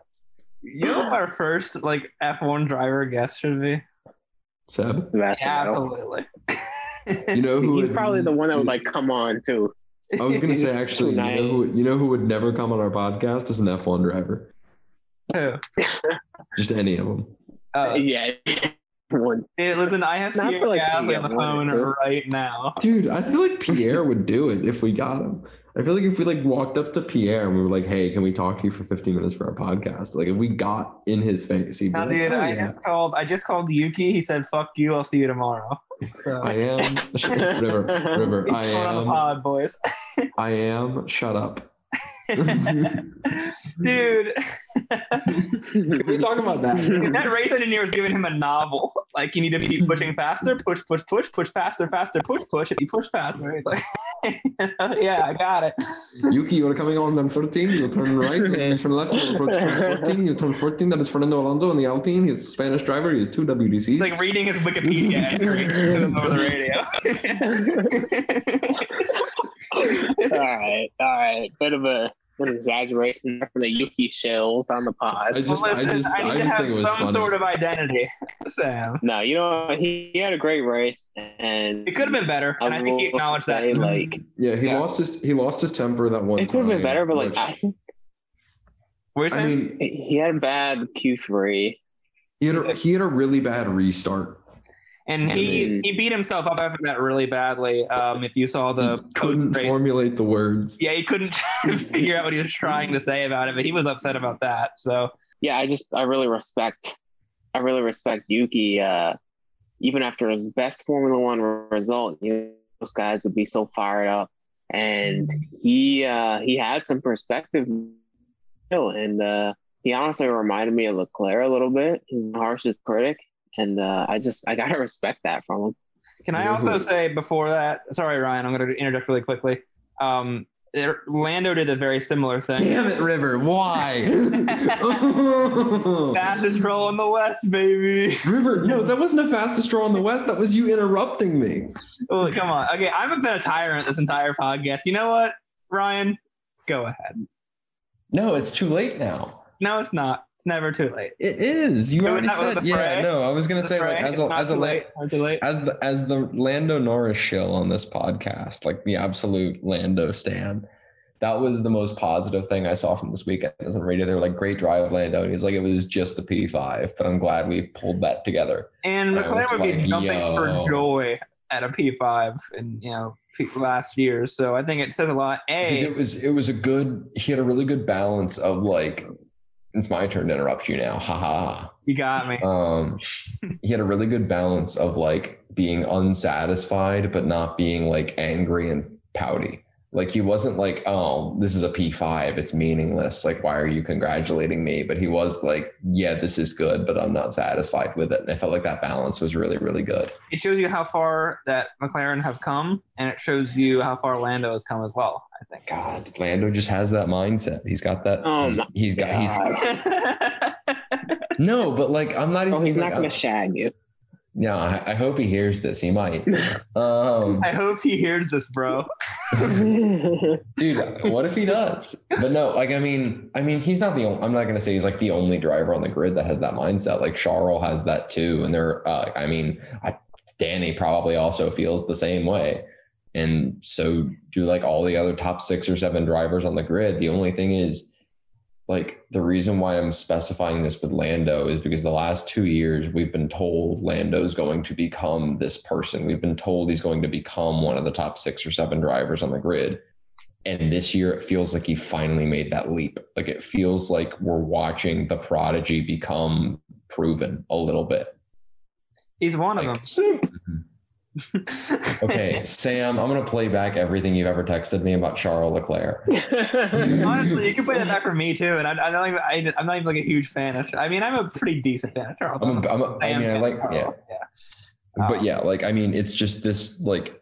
Speaker 1: You know what our first like F1 driver guest should be?
Speaker 3: Seb,
Speaker 2: Sebastian
Speaker 1: Absolutely.
Speaker 3: you know who?
Speaker 2: He's
Speaker 3: would-
Speaker 2: probably the one that would like come on too.
Speaker 3: (laughs) I was
Speaker 2: (laughs)
Speaker 3: gonna
Speaker 2: He's
Speaker 3: say actually, you
Speaker 2: tonight.
Speaker 3: know, who, you know who would never come on our podcast is an F1 driver.
Speaker 1: (laughs) Who?
Speaker 3: Just any of them.
Speaker 1: Uh,
Speaker 2: (laughs) yeah, one. (laughs)
Speaker 1: hey, listen, I have
Speaker 2: Not
Speaker 1: Pierre
Speaker 2: for, like,
Speaker 1: Gasly
Speaker 2: yeah,
Speaker 1: on the phone
Speaker 2: one or two.
Speaker 1: right now.
Speaker 3: Dude, I feel like Pierre would do it if we got him. I feel like if we like walked up to Pierre and we were like, "Hey, can we talk to you for 15 minutes for our podcast?" Like if we got in his face, he'd be
Speaker 1: Now,
Speaker 3: like,
Speaker 1: dude,
Speaker 3: "Oh,
Speaker 1: I
Speaker 3: yeah,
Speaker 1: just called. I just called Yuki. He said, "Fuck you. I'll see you tomorrow." (laughs) So
Speaker 3: (laughs) I am River, River,
Speaker 1: he's
Speaker 3: I
Speaker 1: going on the
Speaker 3: am,
Speaker 1: pod,
Speaker 3: (laughs)
Speaker 1: boys. (laughs)
Speaker 3: I am. Shut up." (laughs)
Speaker 1: dude, (laughs)
Speaker 3: Can we talk about
Speaker 1: dude,
Speaker 3: that?
Speaker 1: (laughs) that race engineer was giving him a novel. (laughs) Like, you need to keep pushing faster, push, push, push, push faster, faster, push, push. If you push faster, it's like, (laughs) yeah, I got it.
Speaker 3: Yuki, you're coming on turn 13. You turn right,
Speaker 2: (laughs)
Speaker 3: you turn left, you approach turn 14. You turn 14. That is Fernando Alonso in the Alpine. He's a Spanish driver. He has two WDCs.
Speaker 1: Like reading his Wikipedia entry (laughs) to them over the radio.
Speaker 2: all right, all right. Bit of a an exaggeration there for the Yuki shells on the pod.
Speaker 3: I (laughs) just,
Speaker 1: (laughs) well,
Speaker 3: I
Speaker 1: listen, I,
Speaker 3: just,
Speaker 1: need
Speaker 3: I,
Speaker 1: to
Speaker 3: just think
Speaker 1: have
Speaker 3: it was
Speaker 1: some
Speaker 3: funny.
Speaker 1: sort of identity, Sam.
Speaker 2: No, you know he, he had a great race, and
Speaker 1: It could have been better, and I think he
Speaker 2: will
Speaker 1: acknowledged
Speaker 2: say,
Speaker 1: that.
Speaker 2: Like
Speaker 3: Yeah, he
Speaker 1: Yeah.
Speaker 3: lost his he lost his temper that one.
Speaker 2: it could have been
Speaker 3: time,
Speaker 2: better, but like
Speaker 3: which-
Speaker 2: I think
Speaker 1: What were you
Speaker 3: I
Speaker 1: saying?
Speaker 3: mean,
Speaker 2: he had a bad Q three.
Speaker 3: he had a, he had a really bad restart.
Speaker 1: and he
Speaker 2: I mean-
Speaker 1: he beat himself up after that really badly. Um, if you saw the
Speaker 3: He couldn't
Speaker 1: post-race-
Speaker 3: formulate the words.
Speaker 1: yeah, he couldn't (laughs) figure out what he was trying to say about it, but he was upset about that. So
Speaker 2: Yeah, I just I really respect, I really respect Yuki. Uh, even after his best Formula One result, you know, those guys would be so fired up, and he uh, he had some perspective, still, and uh, he honestly reminded me of Leclerc a little bit. He's the harshest critic, and uh, I just I gotta (laughs) respect that from him.
Speaker 1: can I
Speaker 3: Yeah,
Speaker 1: also
Speaker 3: who-
Speaker 1: say before that? Sorry, Ryan, I'm going to interject really quickly. Um, there- Lando did a very similar thing.
Speaker 3: Damn it, River! Why?
Speaker 1: (laughs)
Speaker 3: (laughs)
Speaker 1: Fastest roll in the West, baby.
Speaker 3: River, no, that wasn't a fastest draw in the West. That was you interrupting me.
Speaker 1: Oh, come on. Okay, I've been a tyrant this entire podcast. You know what, Ryan? Go ahead.
Speaker 3: No, it's too late now.
Speaker 1: No, it's not. It's never too late.
Speaker 3: It is. You
Speaker 1: It
Speaker 3: already
Speaker 1: was not
Speaker 3: said.
Speaker 1: the
Speaker 3: Yeah,
Speaker 1: fray.
Speaker 3: no, I was gonna
Speaker 1: It's
Speaker 3: say like
Speaker 1: right.
Speaker 3: as a
Speaker 1: It's not
Speaker 3: as a
Speaker 1: too
Speaker 3: la-
Speaker 1: late. Not too late.
Speaker 3: as the as the Lando Norris shill on this podcast, like the absolute Lando stan, that was the most positive thing I saw from this weekend as a radio. They were like, "Great drive, Lando," and he's like, "It was just a P five, but I'm glad we pulled that together."
Speaker 1: And
Speaker 3: I
Speaker 1: McLaren
Speaker 3: was
Speaker 1: would be
Speaker 3: like,
Speaker 1: jumping
Speaker 3: yo.
Speaker 1: for joy at a P5 in you know P- last year. So I think it says a lot.
Speaker 3: Because
Speaker 1: A,
Speaker 3: it was it was a good. He had a really good balance of like, "It's my turn to interrupt you now," haha.
Speaker 1: you got me.
Speaker 2: (laughs)
Speaker 3: Um, he had a really good balance of like being unsatisfied but not being like angry and pouty. Like he wasn't like, oh, this is a P5, it's meaningless. Like, why are you congratulating me? But he was like, yeah, this is good, but I'm not satisfied with it. And I felt like that balance was really, really good.
Speaker 1: It shows you how far that McLaren have come, and it shows you how far Lando has come as well. I think.
Speaker 3: God, Lando just has that mindset. He's got that.
Speaker 2: Oh
Speaker 3: he's-
Speaker 2: my
Speaker 3: he's got. (laughs) He's
Speaker 2: God.
Speaker 3: no, but like I'm not even.
Speaker 2: Oh, he's not
Speaker 3: like,
Speaker 2: gonna
Speaker 3: I-
Speaker 2: shag
Speaker 3: (laughs)
Speaker 2: you. (laughs)
Speaker 3: Yeah, I, I hope he hears this. He might. Um,
Speaker 1: (laughs) I hope he hears this, bro.
Speaker 3: dude what if he does but no like i mean i mean he's not the only i'm not going to say he's like the only driver on the grid that has that mindset like charles has that too and they're uh, i mean I, danny probably also feels the same way and so do like all the other top six or seven drivers on the grid the only thing is like the reason why i'm specifying this with lando is because the last two years we've been told lando's going to become this person we've been told he's going to become one of the top six or seven drivers on the grid and this year it feels like he finally made that leap like it feels like we're watching the prodigy become proven a little bit
Speaker 1: He's one of them. (laughs)
Speaker 2: Soup.
Speaker 3: Okay, Sam, I'm gonna play back everything you've ever texted me about Charles Leclerc.
Speaker 1: Honestly, you can play that back for me too, and I, I don't even, I, I'm not even like a huge fan of. I mean, I'm a pretty decent fan of Charles.
Speaker 3: I'm a, I'm a,
Speaker 1: I
Speaker 3: I
Speaker 1: am
Speaker 3: mean, I
Speaker 1: fan
Speaker 3: like
Speaker 1: of
Speaker 3: yeah,
Speaker 1: Charles, yeah. Ah.
Speaker 3: but yeah, like I mean, it's just this like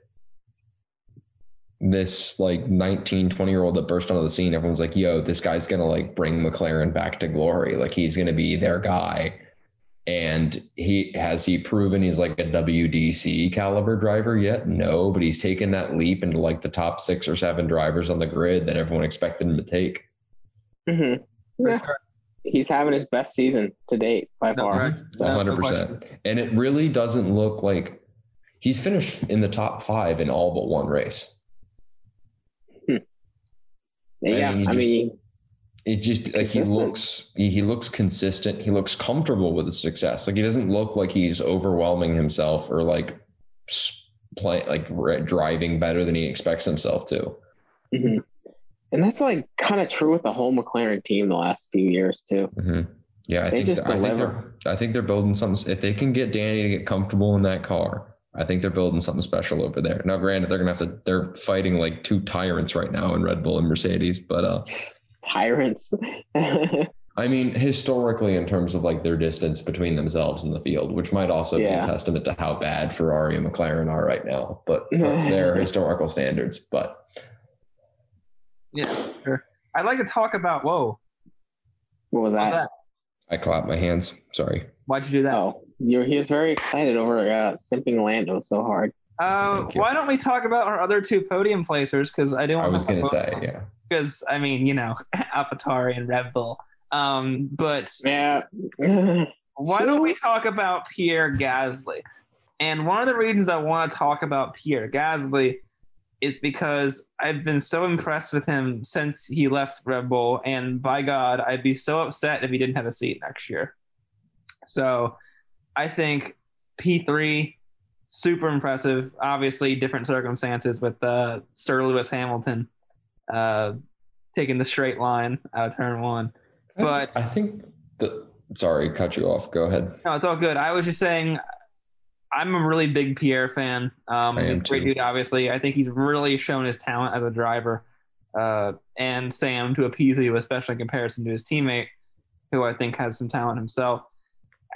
Speaker 3: this like 19, 20 year old that burst onto the scene. Everyone's like, "Yo, this guy's gonna like bring McLaren back to glory. Like he's gonna be their guy." And he has he proven he's like a WDC caliber driver yet? No, but he's taken that leap into like the top six or seven drivers on the grid that everyone expected him to take.
Speaker 2: Mhm.
Speaker 1: For
Speaker 2: Yeah.
Speaker 1: sure.
Speaker 2: He's having his best season to date by
Speaker 1: No,
Speaker 2: far.
Speaker 1: right.
Speaker 3: A
Speaker 1: No, no
Speaker 3: hundred
Speaker 1: question.
Speaker 3: percent. And it really doesn't look like he's finished in the top five in all but one race.
Speaker 2: Yeah,
Speaker 3: mean, he
Speaker 2: I
Speaker 3: just-
Speaker 2: mean,
Speaker 3: It just like he
Speaker 2: Consistent.
Speaker 3: looks he, he looks consistent. He looks comfortable with his success. Like he doesn't look like he's overwhelming himself or like s- play, like re- driving better than he expects himself to.
Speaker 2: mhm. and that's like kind of true with the whole McLaren team the last few years too. (sighs)
Speaker 3: Mhm. Yeah, I
Speaker 2: They
Speaker 3: think
Speaker 2: just
Speaker 3: I think
Speaker 2: deliver.
Speaker 3: they're I think they're building something. If they can get Danny to get comfortable in that car, I think they're building something special over there. Now, granted, they're gonna have to. They're fighting like two tyrants right now in Red Bull and Mercedes, but uh,
Speaker 2: Tyrants. (laughs) yeah,
Speaker 3: I mean, historically, in terms of like their distance between themselves and the field, which might also be
Speaker 2: Yeah.
Speaker 3: a testament to how bad Ferrari and McLaren are right now,
Speaker 2: (laughs)
Speaker 3: but for their historical standards. But
Speaker 1: Yeah, sure. I'd like to talk about whoa.
Speaker 2: what was
Speaker 1: what's
Speaker 2: that?
Speaker 1: that?
Speaker 3: I clap my hands. Sorry.
Speaker 1: Why'd you do that?
Speaker 2: Oh, you're, he was very excited over uh, simping Lando so hard.
Speaker 1: Um,
Speaker 3: Oh, Thank you.
Speaker 1: why don't we talk about our other two podium placers? Because I didn't.
Speaker 3: I
Speaker 1: Want
Speaker 3: was
Speaker 1: to
Speaker 3: gonna
Speaker 1: talk
Speaker 3: say, yeah.
Speaker 1: Because I mean, you know, (laughs) Apatari and Red Bull. Um, but
Speaker 2: (laughs) Yeah. Why
Speaker 1: why don't we talk about Pierre Gasly? And one of the reasons I want to talk about Pierre Gasly is because I've been so impressed with him since he left Red Bull, and by God, I'd be so upset if he didn't have a seat next year. So I think P3, super impressive. Obviously, different circumstances with uh, Sir Lewis Hamilton uh, taking the straight line out of turn one. But-
Speaker 3: I think the sorry, cut you off. Go ahead.
Speaker 2: (laughs)
Speaker 1: No, it's all good. I was just saying, I'm a really big Pierre fan. Um,
Speaker 3: I am
Speaker 1: he's a great
Speaker 3: too.
Speaker 1: dude, obviously. I think he's really shown his talent as a driver. Uh, and Sam to appease you, especially in comparison to his teammate, who I think has some talent himself.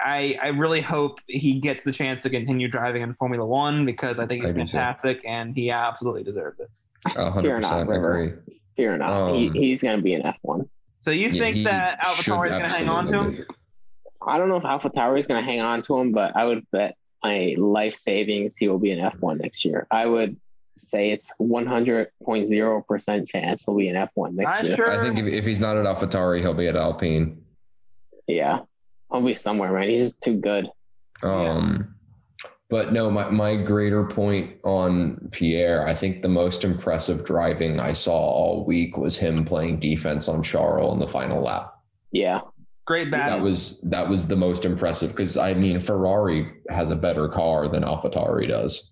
Speaker 1: I, I really hope he gets the chance to continue driving in Formula One because I think
Speaker 3: I
Speaker 1: he's
Speaker 3: do too.
Speaker 1: fantastic and he absolutely deserves it.
Speaker 3: A
Speaker 2: Fair
Speaker 3: hundred
Speaker 2: enough,
Speaker 3: percent
Speaker 2: River.
Speaker 3: agree.
Speaker 2: Fear not. he,
Speaker 3: Um,
Speaker 2: he's going to be an F1.
Speaker 1: So you
Speaker 3: Yeah,
Speaker 1: think
Speaker 3: he
Speaker 1: that
Speaker 3: should
Speaker 1: Alvatore is going to hang on to him?
Speaker 3: absolutely be.
Speaker 2: I don't know if Alpha Tower is going to hang on to him, but I would bet my life savings he will be an F1 next year. I would say it's 100.0% chance he'll be an F1 next
Speaker 1: I
Speaker 2: year.
Speaker 1: sure.
Speaker 3: I think if, if he's not at AlphaTauri, he'll be at Alpine.
Speaker 2: Yeah. He'll be somewhere, man. He's just too good.
Speaker 1: Yeah.
Speaker 3: Um, But no, my, my greater point on Pierre, I think the most impressive driving I saw all week was him playing defense on Charles in the final lap.
Speaker 2: Yeah.
Speaker 1: great
Speaker 3: That
Speaker 1: battle.
Speaker 3: was that was the most impressive because I mean Ferrari has a better car than AlphaTauri does.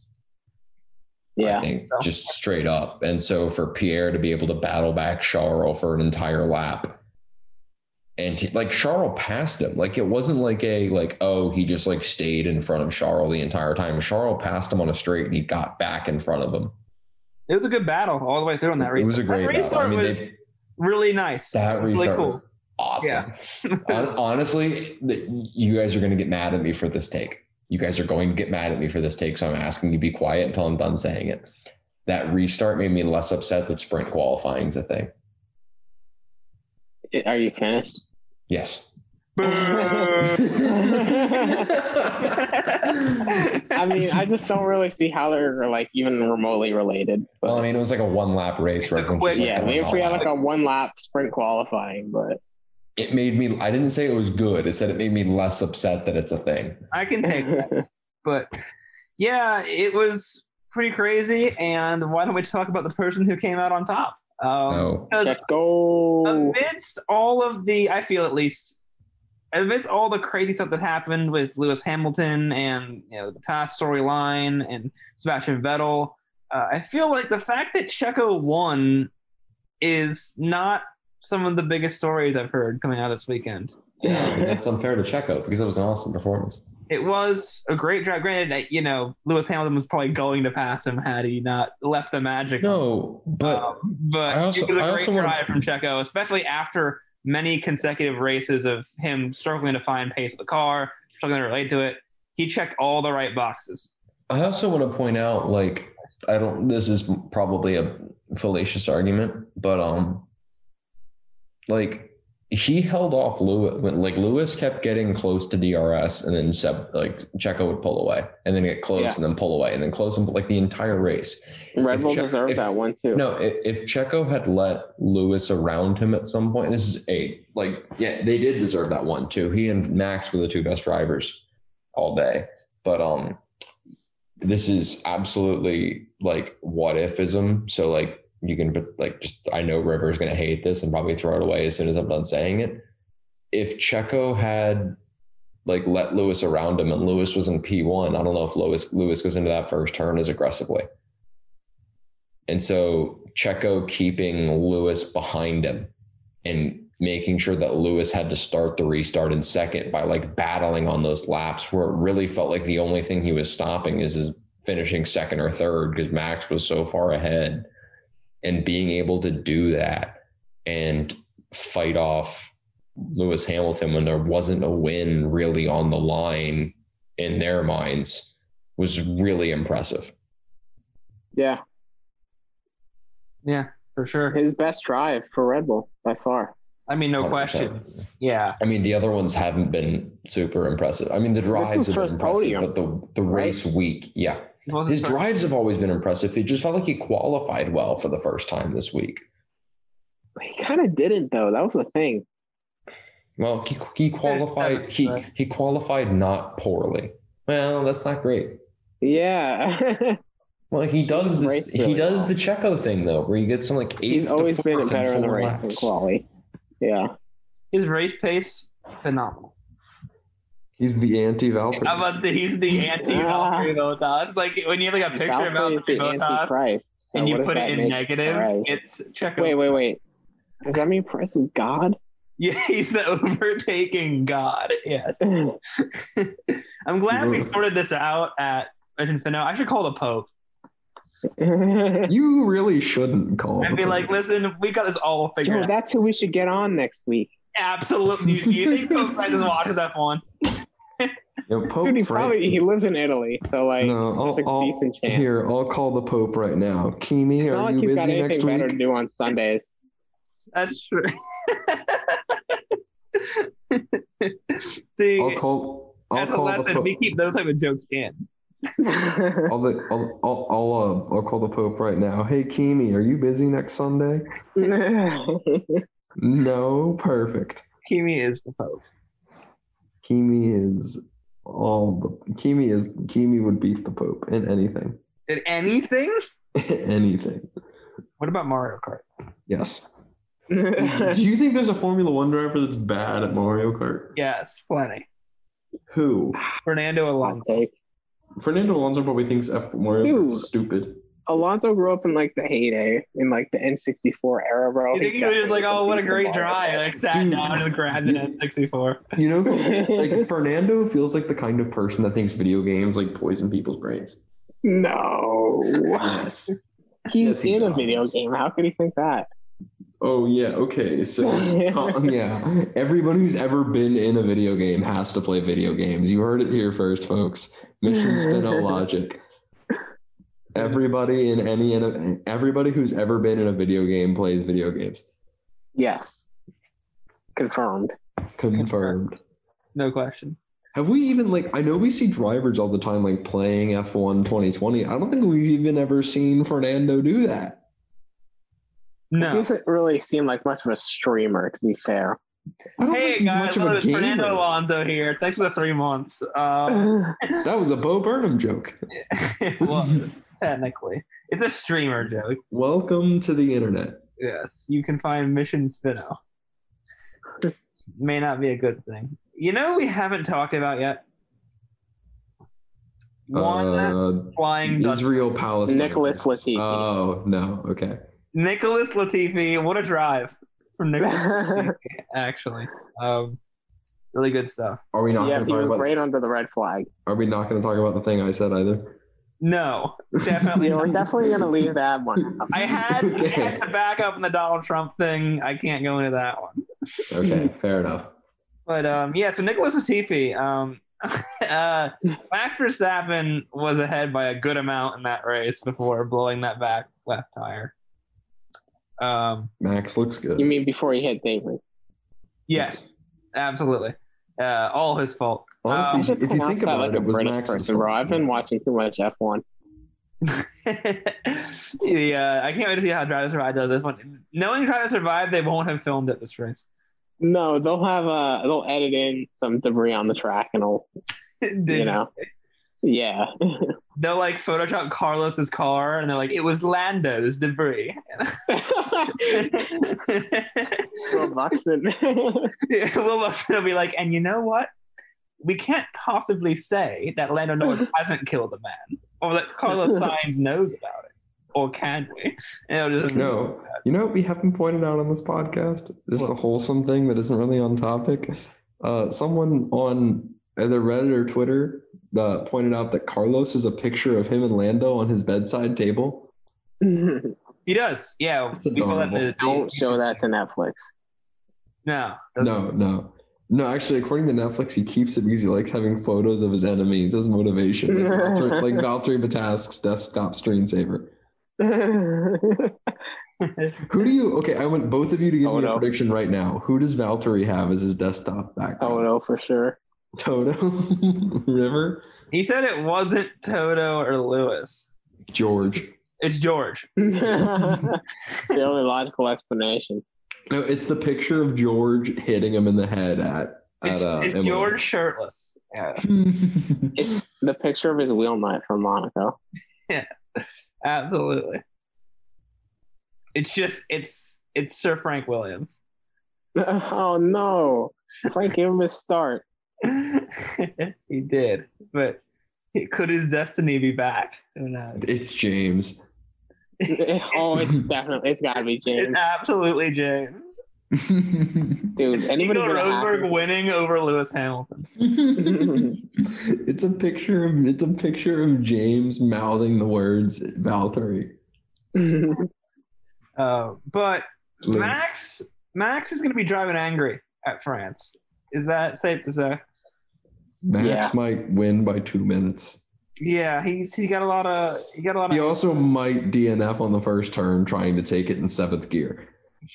Speaker 3: I
Speaker 2: Yeah.
Speaker 3: think
Speaker 1: so.
Speaker 3: just straight up. And so for Pierre to be able to battle back Charles for an entire lap. And he, like Charles passed him. Like it wasn't like a like, oh, he just like stayed in front of Charles the entire time. Charles passed him on a straight and he got back in front of him.
Speaker 1: It was a good battle all the way through in that
Speaker 3: it
Speaker 1: restart.
Speaker 3: was a great
Speaker 1: that
Speaker 3: battle.
Speaker 1: restart
Speaker 3: I mean,
Speaker 1: was
Speaker 3: they,
Speaker 1: really nice.
Speaker 3: that
Speaker 1: really
Speaker 3: restart was (laughs)
Speaker 1: cool.
Speaker 3: awesome.
Speaker 1: Yeah. (laughs)
Speaker 3: Hon- Honestly, th- you guys are going to get mad at me for this take. You guys are going to get mad at me for this take, so I'm asking you to be quiet until I'm done saying it. That restart made me less upset that sprint qualifying's a thing.
Speaker 2: Are
Speaker 1: (laughs)
Speaker 2: you finished?
Speaker 3: Yes.
Speaker 2: I
Speaker 1: I
Speaker 2: mean, I just don't really see how they're like even remotely related. But
Speaker 3: well, I mean, it was like a one lap race. Where
Speaker 1: It's a
Speaker 3: everyone's just,
Speaker 1: quick-
Speaker 3: like, "Oh
Speaker 2: yeah,
Speaker 3: going
Speaker 2: maybe if
Speaker 3: all
Speaker 2: we had like
Speaker 3: out.
Speaker 2: a one lap sprint qualifying, but
Speaker 3: it made me. I didn't say it was good. It said it made me less upset that it's a thing.
Speaker 1: I can
Speaker 2: (laughs)
Speaker 1: take that. But yeah, it was pretty crazy. And why don't we talk about the person who came out on top? Um, (laughs)
Speaker 3: No.
Speaker 1: Because
Speaker 2: Check go.
Speaker 1: amidst all of the, I feel at least, amidst all the crazy stuff that happened with Lewis Hamilton and you know the Bottas storyline and Sebastian Vettel, uh, I feel like the fact that Checo won is not some of the biggest stories I've heard coming out this weekend.
Speaker 3: Yeah, I mean, that's unfair to Checo because it was an awesome performance.
Speaker 1: it was a great drive. Granted, that, you know, Lewis Hamilton was probably going to pass him had he not left the magic.
Speaker 4: No, but
Speaker 1: Um, but
Speaker 4: I also-
Speaker 1: it was a
Speaker 4: I
Speaker 1: great
Speaker 4: also wanna-
Speaker 1: drive from Checo, especially after many consecutive races of him struggling to find pace of the car, struggling to relate to it. He checked all the right boxes.
Speaker 4: I also want to point out, like, I don't. This is probably a fallacious argument, but um, like he held off Lewis when like Lewis kept getting close to DRS, and then Seb, like Checo would pull away, and then get close,
Speaker 2: Yeah.
Speaker 4: and then pull away, and then close, and like the entire race.
Speaker 2: Red
Speaker 4: If
Speaker 2: Bull
Speaker 4: Che-
Speaker 2: deserved
Speaker 4: if-
Speaker 2: that one too.
Speaker 4: No, i- if Checo had let Lewis around him at some point, this is eight. Like, yeah, they did deserve that one too. He and Max were the two best drivers all day. But um, this is absolutely like what ifism. So like you can put like just I know River's gonna hate this and probably throw it away as soon as I'm done saying it. If Checo had like let Lewis around him and Lewis was in P one, I don't know if Lewis Lewis goes into that first turn as aggressively. And so Checo keeping Lewis behind him and making sure that Lewis had to start the restart in second by like battling on those laps where it really felt like the only thing he was stopping is his finishing second or third because Max was so far ahead and being able to do that and fight off Lewis Hamilton when there wasn't a win really on the line in their minds was really impressive.
Speaker 2: Yeah,
Speaker 1: Yeah, for sure.
Speaker 2: his best drive for Red Bull by far.
Speaker 1: I mean, no
Speaker 4: 100%.
Speaker 1: question. Yeah.
Speaker 4: I mean, the other ones haven't been super impressive. I mean, the drives
Speaker 2: was
Speaker 4: have been
Speaker 2: first
Speaker 4: impressive,
Speaker 2: podium,
Speaker 4: but the the
Speaker 2: right?
Speaker 4: race week, yeah,
Speaker 1: It wasn't
Speaker 4: his
Speaker 1: for-
Speaker 4: drives have always been impressive. It just felt like he qualified well for the first time this week.
Speaker 2: He kind of didn't though. That was the thing.
Speaker 4: Well, he, he qualified
Speaker 1: seventh,
Speaker 4: he
Speaker 1: right?
Speaker 4: he qualified not poorly. Well, that's not great.
Speaker 2: Yeah, (laughs)
Speaker 4: Well, he does
Speaker 2: He
Speaker 4: this.
Speaker 2: raced
Speaker 4: he
Speaker 2: really
Speaker 4: does
Speaker 2: well.
Speaker 4: the Checo thing though, where he gets on like eighth.
Speaker 2: he's
Speaker 4: to
Speaker 2: always been
Speaker 4: fourth in
Speaker 2: better in the
Speaker 4: four
Speaker 2: race than
Speaker 4: laps.
Speaker 2: quali. Yeah,
Speaker 1: his race pace, phenomenal.
Speaker 3: He's the anti Valtteri.
Speaker 1: How about the, he's (laughs) the anti Valtteri Bottas? Like when you have like a picture of
Speaker 2: Valtteri is
Speaker 1: Valtteri
Speaker 2: the
Speaker 1: Bottas
Speaker 2: Antichrist. So
Speaker 1: and you
Speaker 2: what does
Speaker 1: put
Speaker 2: that
Speaker 1: it in
Speaker 2: make
Speaker 1: negative,
Speaker 2: Christ?
Speaker 1: it's Checo.
Speaker 2: Wait, wait, wait. Does that mean Price is God?
Speaker 1: (laughs) Yeah, he's the overtaking god.
Speaker 2: (laughs)
Speaker 1: Yes. I'm glad we
Speaker 3: Brutal.
Speaker 1: sorted this out at Legends Spino. I should call the Pope
Speaker 2: Joe,
Speaker 3: You really shouldn't call.
Speaker 1: and uh, be
Speaker 3: him.
Speaker 1: like, listen, we got this all figured out.
Speaker 2: that's who we should get on next week.
Speaker 1: Absolutely. Do you think Pope Francis watches F1?
Speaker 3: You know, Pope
Speaker 2: Dude, he
Speaker 3: Frank-
Speaker 2: probably he lives in Italy, so like
Speaker 3: Oh, no,
Speaker 2: there's
Speaker 3: I'll,
Speaker 2: a
Speaker 3: I'll-
Speaker 2: decent chance.
Speaker 3: here, I'll call the Pope right now. Kimi,
Speaker 2: it's not
Speaker 3: are
Speaker 2: like
Speaker 3: you
Speaker 2: he's got
Speaker 3: busy
Speaker 2: anything
Speaker 3: next
Speaker 2: better to
Speaker 3: week?
Speaker 2: do on Sundays. (laughs)
Speaker 1: That's true. (laughs) See,
Speaker 3: I'll call. I'll
Speaker 1: as a
Speaker 3: call the
Speaker 1: lesson,
Speaker 3: Pope.
Speaker 1: we keep those type of jokes in.
Speaker 2: That's
Speaker 3: I'll, I'll, I'll, I'll, uh, I'll call the Pope right now. Hey, Kimi, are you busy next Sunday? No, perfect.
Speaker 1: Kimi is the Pope.
Speaker 3: Kimi is all the Kimi is Kimi would beat the Pope in anything, (laughs)
Speaker 1: In anything?
Speaker 3: anything.
Speaker 1: What about Mario Kart?
Speaker 3: Yes. Do you think there's a Formula One driver that's bad at Mario Kart?
Speaker 1: Yes, plenty.
Speaker 3: Who?
Speaker 1: Fernando Alonso.
Speaker 2: take.
Speaker 3: Fernando Alonso probably thinks F Mario
Speaker 2: Dude.
Speaker 3: Kart's stupid.
Speaker 2: Alonso grew up in like the heyday, in like the N64 era, bro.
Speaker 1: You think he was just like, oh, what a great drive. Like, sat
Speaker 3: Dude.
Speaker 1: down and just grabbed an
Speaker 3: You-
Speaker 1: N64.
Speaker 3: You know, like Fernando feels like the kind of person that thinks video games like poison people's brains.
Speaker 2: no,
Speaker 3: (laughs) Yes.
Speaker 2: he's
Speaker 3: Yes, he
Speaker 2: in a
Speaker 3: does.
Speaker 2: video game. How could he think that?
Speaker 3: Oh yeah. Okay. So Tom- yeah, everyone who's ever been in a video game has to play video games. You heard it here first, folks. Mission Spino logic. Everybody in any everybody who's ever been in a video game plays video games.
Speaker 2: Yes, confirmed.
Speaker 3: Confirmed.
Speaker 1: No question.
Speaker 3: Have we even like I know we see drivers all the time like playing F1 2020. I don't think we've even ever seen Fernando do that.
Speaker 2: He
Speaker 1: No.
Speaker 2: doesn't really seem like much of a streamer, to be fair.
Speaker 3: I don't think
Speaker 1: Hey
Speaker 3: he's
Speaker 1: guys,
Speaker 3: much of a
Speaker 1: it's Fernando
Speaker 3: gamer.
Speaker 1: Alonso here. Thanks for the three months. Um,
Speaker 3: Oh. That was a Bo Burnham joke.
Speaker 1: (laughs) it was technically. It's a streamer joke.
Speaker 3: Welcome to the internet.
Speaker 1: Yes, you can find Mission Spino. May not be a good thing. You know we haven't talked about yet. One
Speaker 3: Uh,
Speaker 1: flying Dutchman.
Speaker 3: Israel
Speaker 2: (laughs)
Speaker 3: Palestine.
Speaker 2: Nicholas Latifi.
Speaker 3: Oh no, okay.
Speaker 1: Nicholas (laughs)
Speaker 2: (laughs)
Speaker 1: Latifi. What a drive from Nicholas. Latifi, actually, um, Really good stuff.
Speaker 3: Are we not
Speaker 2: yeah,
Speaker 3: going
Speaker 2: he
Speaker 3: to talk
Speaker 2: was
Speaker 3: about?
Speaker 2: great under the red flag.
Speaker 3: Are we not going to talk about the thing I said either?
Speaker 1: No, definitely.
Speaker 2: Yeah, we're
Speaker 1: not.
Speaker 2: definitely gonna leave that one. out.
Speaker 1: I had, I
Speaker 3: Okay.
Speaker 1: had the backup in the Donald Trump thing. I can't go into that one.
Speaker 2: (laughs)
Speaker 3: Okay, fair enough.
Speaker 1: But um, yeah, so Nicholas Latifi, um, (laughs) uh, Max Verstappen was ahead by a good amount in that race before blowing that back left tire. Um,
Speaker 3: Max looks good.
Speaker 2: You mean before he hit David?
Speaker 1: yes, absolutely. Uh, all his fault. Um,
Speaker 2: I
Speaker 3: Honestly,
Speaker 2: should
Speaker 3: if you
Speaker 2: pronounce
Speaker 3: think
Speaker 2: that
Speaker 3: about
Speaker 2: like
Speaker 3: it,
Speaker 2: a
Speaker 3: it was
Speaker 2: British
Speaker 3: Max's
Speaker 2: person, bro.
Speaker 3: fault.
Speaker 2: I've been watching too much F one.
Speaker 1: (laughs) yeah, I can't wait to see how Drive to Survive does this one. Knowing Drive to Survive, they won't have filmed it this race. (laughs)
Speaker 2: No, they'll have uh they'll edit in some debris on the track and it'll you know. (laughs) Yeah.
Speaker 1: They'll like Photoshop Carlos's car, and they're like, "It was Lando's debris." (laughs)
Speaker 2: Will Buxton. (laughs)
Speaker 1: (laughs) Yeah, Will Wilson will be like, and you know what? We can't possibly say that Lando Norris hasn't killed a man, or that Carlos Sainz knows about it, or can we? (laughs) And it'll just
Speaker 3: No, you know what we haven't pointed out on this podcast? Just a wholesome thing that isn't really on topic. Uh, someone on either Reddit or Twitter uh, pointed out that Carlos is a picture of him and Lando on his bedside table.
Speaker 1: he does. Yeah,
Speaker 3: It's adorable.
Speaker 2: Don't show that to Netflix. (laughs)
Speaker 1: No, doesn't-
Speaker 3: No, no, no. Actually, according to Netflix, he keeps it because he likes having photos of his enemies as motivation, like Valtteri, like Valtteri Batask's desktop screensaver. Who do you? Okay, I want both of you to give me a
Speaker 2: Toto.
Speaker 3: prediction right now. Who does Valtteri have as his desktop background?
Speaker 2: oh no, for sure. (laughs)
Speaker 3: Toto, (laughs) River,
Speaker 1: He said it wasn't Toto or Lewis.
Speaker 3: George.
Speaker 1: It's George.
Speaker 2: the only logical explanation.
Speaker 3: No, it's the picture of George hitting him in the head at
Speaker 1: It's,
Speaker 3: at uh,
Speaker 1: it's
Speaker 3: Imola.
Speaker 1: George shirtless. Yeah.
Speaker 2: It's the picture of his wheel nut from Monaco.
Speaker 1: Absolutely. It's just it's it's Sir Frank Williams.
Speaker 2: (laughs) Oh no. Frank gave him his start. (laughs)
Speaker 1: (laughs) he did, but could his destiny be back? Who knows?
Speaker 3: (laughs) It's James. (laughs)
Speaker 2: Oh, it's definitely it's gotta be
Speaker 1: (laughs)
Speaker 2: James.
Speaker 1: It's absolutely James.
Speaker 2: Dude, anybody
Speaker 1: Nico
Speaker 2: been a
Speaker 1: Rosberg
Speaker 2: hacker-
Speaker 1: winning over Lewis Hamilton.
Speaker 3: it's a picture of it's a picture of James mouthing the words Valtteri.
Speaker 1: Uh, but
Speaker 3: Lewis.
Speaker 1: Max, Max is going to be driving angry at France. Is that safe to say?
Speaker 3: Max
Speaker 2: Yeah.
Speaker 3: might win by two minutes.
Speaker 1: Yeah, he's he got a lot of he got a lot of
Speaker 3: He also might DNF on the first turn, trying to take it in seventh gear.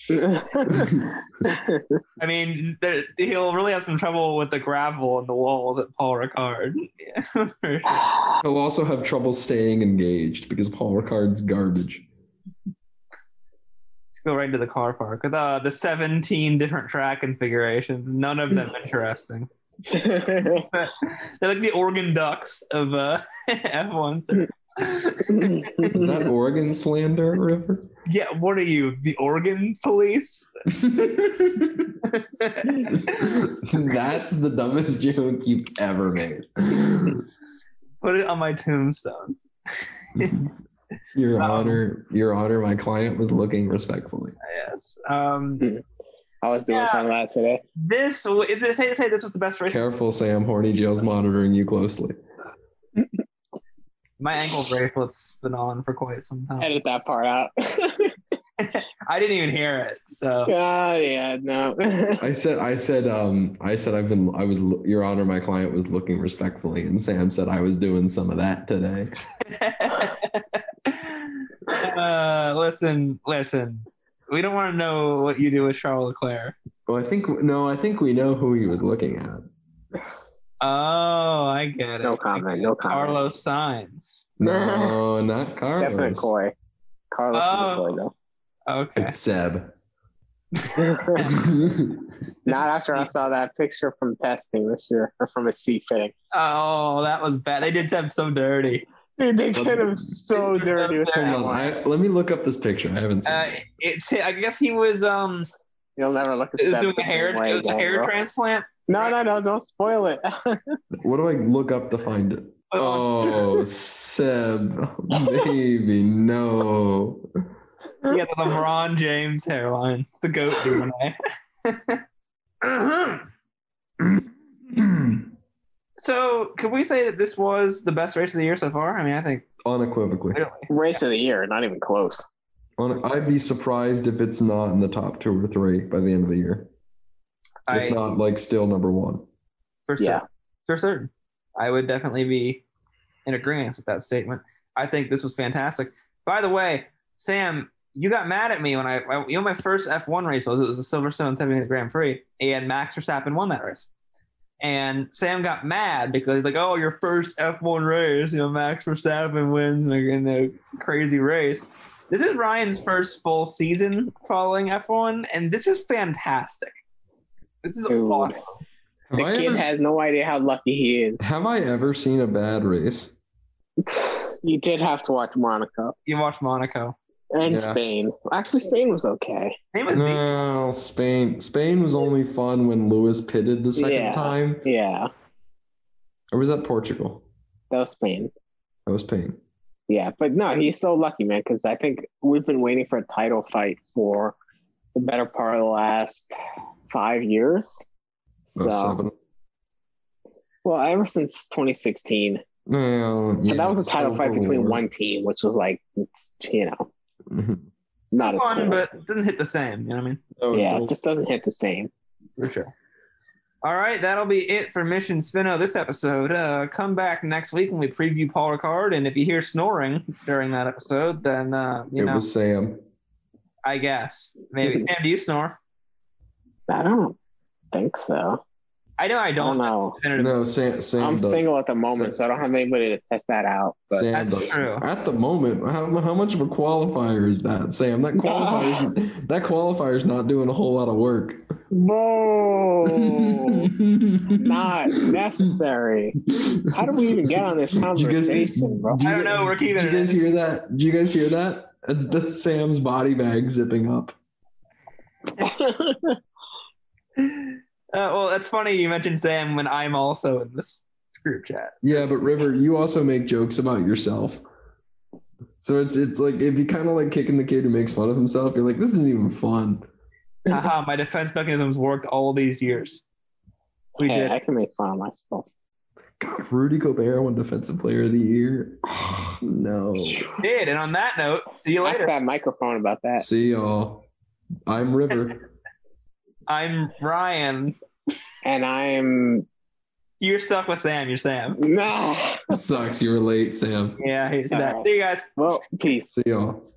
Speaker 1: I mean, there, he'll really have some trouble with the gravel and the walls at Paul Ricard. (laughs) Yeah.
Speaker 3: He'll also have trouble staying engaged because Paul Ricard's garbage.
Speaker 1: Just go right into the car park. uh, The the 17 different track configurations, none of them interesting. (laughs) They're like the Oregon Ducks of uh, (laughs) F1. circuits.
Speaker 3: Is (laughs) that Oregon slander, River?
Speaker 1: yeah, what are you, the Oregon police? (laughs)
Speaker 3: That's the dumbest joke you've ever made.
Speaker 1: Put it on my tombstone.
Speaker 3: Your
Speaker 1: Um,
Speaker 3: honor, your honor, my client was looking respectfully.
Speaker 1: Yes. Um,
Speaker 2: (laughs) I was doing
Speaker 1: Yeah.
Speaker 2: some of that today.
Speaker 1: this w- is it safe to say this was the best race?
Speaker 3: Careful, Sam. Horny jail's monitoring you closely.
Speaker 1: My ankle bracelet's been on for quite some time.
Speaker 2: Edit that part out. (laughs)
Speaker 1: I didn't even hear it, so.
Speaker 2: oh yeah, no. (laughs)
Speaker 3: I said, I said, um, I said, I've been, I was, your honor, my client was looking respectfully, and Sam said I was doing some of that today.
Speaker 1: (laughs) uh, listen, listen. We don't want to know what you do with Charles Leclerc.
Speaker 3: Well, I think no, I think we know who he was looking (laughs) at.
Speaker 1: Oh, I get it.
Speaker 2: no comment. No comment.
Speaker 1: Carlos Sainz.
Speaker 3: No, not Carlos.
Speaker 2: Definitely Coy. Carlos is
Speaker 1: Oh. Okay.
Speaker 2: (laughs)
Speaker 3: It's Seb.
Speaker 2: a Coy though. (laughs) Not after I saw that picture from testing this year or from a seat fitting.
Speaker 1: Oh, that was bad. They did something so dirty.
Speaker 2: Dude, they did him so dirty with
Speaker 1: Hold
Speaker 2: that
Speaker 3: Hold on,
Speaker 2: one.
Speaker 3: I, let me look up this picture. I haven't seen.
Speaker 1: Uh,
Speaker 3: it.
Speaker 1: it's. I guess he was. Um,
Speaker 2: You'll never look at
Speaker 1: it was
Speaker 2: Steph
Speaker 1: doing a
Speaker 2: the same
Speaker 1: hair.
Speaker 2: way
Speaker 1: It was a
Speaker 2: again,
Speaker 1: hair
Speaker 2: bro.
Speaker 1: transplant.
Speaker 2: No, no, no! Don't spoil it. (laughs)
Speaker 3: What do I look up to find it?
Speaker 2: (laughs)
Speaker 3: Oh, Seb, baby, no. (clears throat)
Speaker 1: He had the LeBron James hairline. It's the goat DNA. So, could we say that this was the best race of the year so far? I mean, I think
Speaker 3: unequivocally.
Speaker 1: clearly.
Speaker 2: Race of the year, not even close.
Speaker 3: On, I'd be surprised if it's not in the top two or three by the end of the year.
Speaker 1: I,
Speaker 3: if not, like still number one.
Speaker 1: for
Speaker 2: Yeah.
Speaker 1: certain, for certain, I would definitely be in agreement with that statement. I think this was fantastic. By the way, Sam, you got mad at me when I, I you know, my first F1 race was it was a Silverstone 78th Grand Prix, and Max Verstappen won that race. And Sam got mad because he's like, "Oh, your first F1 race, you know, Max Verstappen wins in a, in a crazy race." This is Ryan's first full season following F1, and this is fantastic. This is
Speaker 2: Dude.
Speaker 1: awesome.
Speaker 3: Have
Speaker 2: the
Speaker 3: I,
Speaker 2: kid
Speaker 3: ever,
Speaker 2: has no idea how lucky he is. (sighs)
Speaker 3: have I ever seen a bad race?
Speaker 2: You did have to watch Monaco
Speaker 1: You watch Monaco.
Speaker 2: and
Speaker 3: Yeah.
Speaker 2: Spain. Actually, Spain was okay.
Speaker 1: Name is Dean.
Speaker 3: No, Spain. Spain was only fun when Lewis pitted the second
Speaker 2: Yeah.
Speaker 3: time.
Speaker 2: Yeah,
Speaker 3: Or was that Portugal?
Speaker 2: that was Spain.
Speaker 3: That was Spain.
Speaker 2: Yeah, but no, he's so lucky, man, because I think we've been waiting for a title fight for the better part of the last five years.
Speaker 3: Oh,
Speaker 2: So,
Speaker 3: seven.
Speaker 2: well, ever since 2016.
Speaker 3: No,
Speaker 2: So
Speaker 3: yeah,
Speaker 2: that was a title fight
Speaker 3: Silver
Speaker 2: between
Speaker 3: War.
Speaker 2: one team, which was like, you know, (laughs)
Speaker 3: Mhm.
Speaker 2: not
Speaker 1: Still
Speaker 2: as
Speaker 1: fun,
Speaker 2: cool.
Speaker 1: but it doesn't hit the same. You know what I mean?
Speaker 3: Oh,
Speaker 2: yeah,
Speaker 3: no.
Speaker 2: it just doesn't hit the same.
Speaker 1: For sure. All right, that'll be it for Mission Spino this episode. Uh, come back next week when we preview Paul Ricard, and if you hear snoring during that episode, then uh, you
Speaker 3: it
Speaker 1: know,
Speaker 3: was Sam.
Speaker 1: I guess maybe. Sam, do you snore?
Speaker 2: I don't think so.
Speaker 1: I know I
Speaker 2: I don't
Speaker 1: don't.
Speaker 2: know.
Speaker 1: definitively. (laughs)
Speaker 3: No, Sam. Sam
Speaker 2: I'm
Speaker 3: does.
Speaker 2: single at the moment, so I don't have anybody to test that out. But
Speaker 3: Sam
Speaker 1: That's
Speaker 3: does.
Speaker 1: true.
Speaker 3: At the moment, how, how much of a qualifier is that, Sam? That
Speaker 2: (laughs)
Speaker 3: qualifiers that qualifier's not doing a whole lot of work.
Speaker 2: Whoa. not
Speaker 3: not
Speaker 2: necessary. How do we
Speaker 3: (laughs)
Speaker 2: even get on this conversation, bro?
Speaker 1: I don't know, we're keeping
Speaker 3: Did
Speaker 1: it
Speaker 3: you guys hear that? Do you guys hear that? That's, that's Sam's body bag zipping up.
Speaker 1: Uh, well, that's funny you mentioned Sam when I'm also in this group chat.
Speaker 3: Yeah, but River, you also make jokes about yourself. So it's it's like it'd be kind of like kicking the kid who makes fun of himself. You're like, this isn't even fun.
Speaker 1: Haha, my defense mechanisms worked all these years. We
Speaker 2: (laughs) Hey,
Speaker 1: did.
Speaker 2: I can make fun of myself.
Speaker 3: God, Rudy Gobert won Defensive Player of the Year. (sighs) Oh, no.
Speaker 1: did. And on that note, see you
Speaker 2: I
Speaker 1: later.
Speaker 2: forgot microphone about that.
Speaker 3: See y'all.
Speaker 2: (laughs)
Speaker 3: I'm River.
Speaker 1: I'm Ryan.
Speaker 2: And I'm ah,
Speaker 1: You're stuck with Sam. You're Sam.
Speaker 2: nah.
Speaker 3: It sucks. You were late, Sam.
Speaker 1: Yeah, here's that.
Speaker 2: Alright.
Speaker 1: See you guys.
Speaker 2: Well, peace.
Speaker 3: See y'all.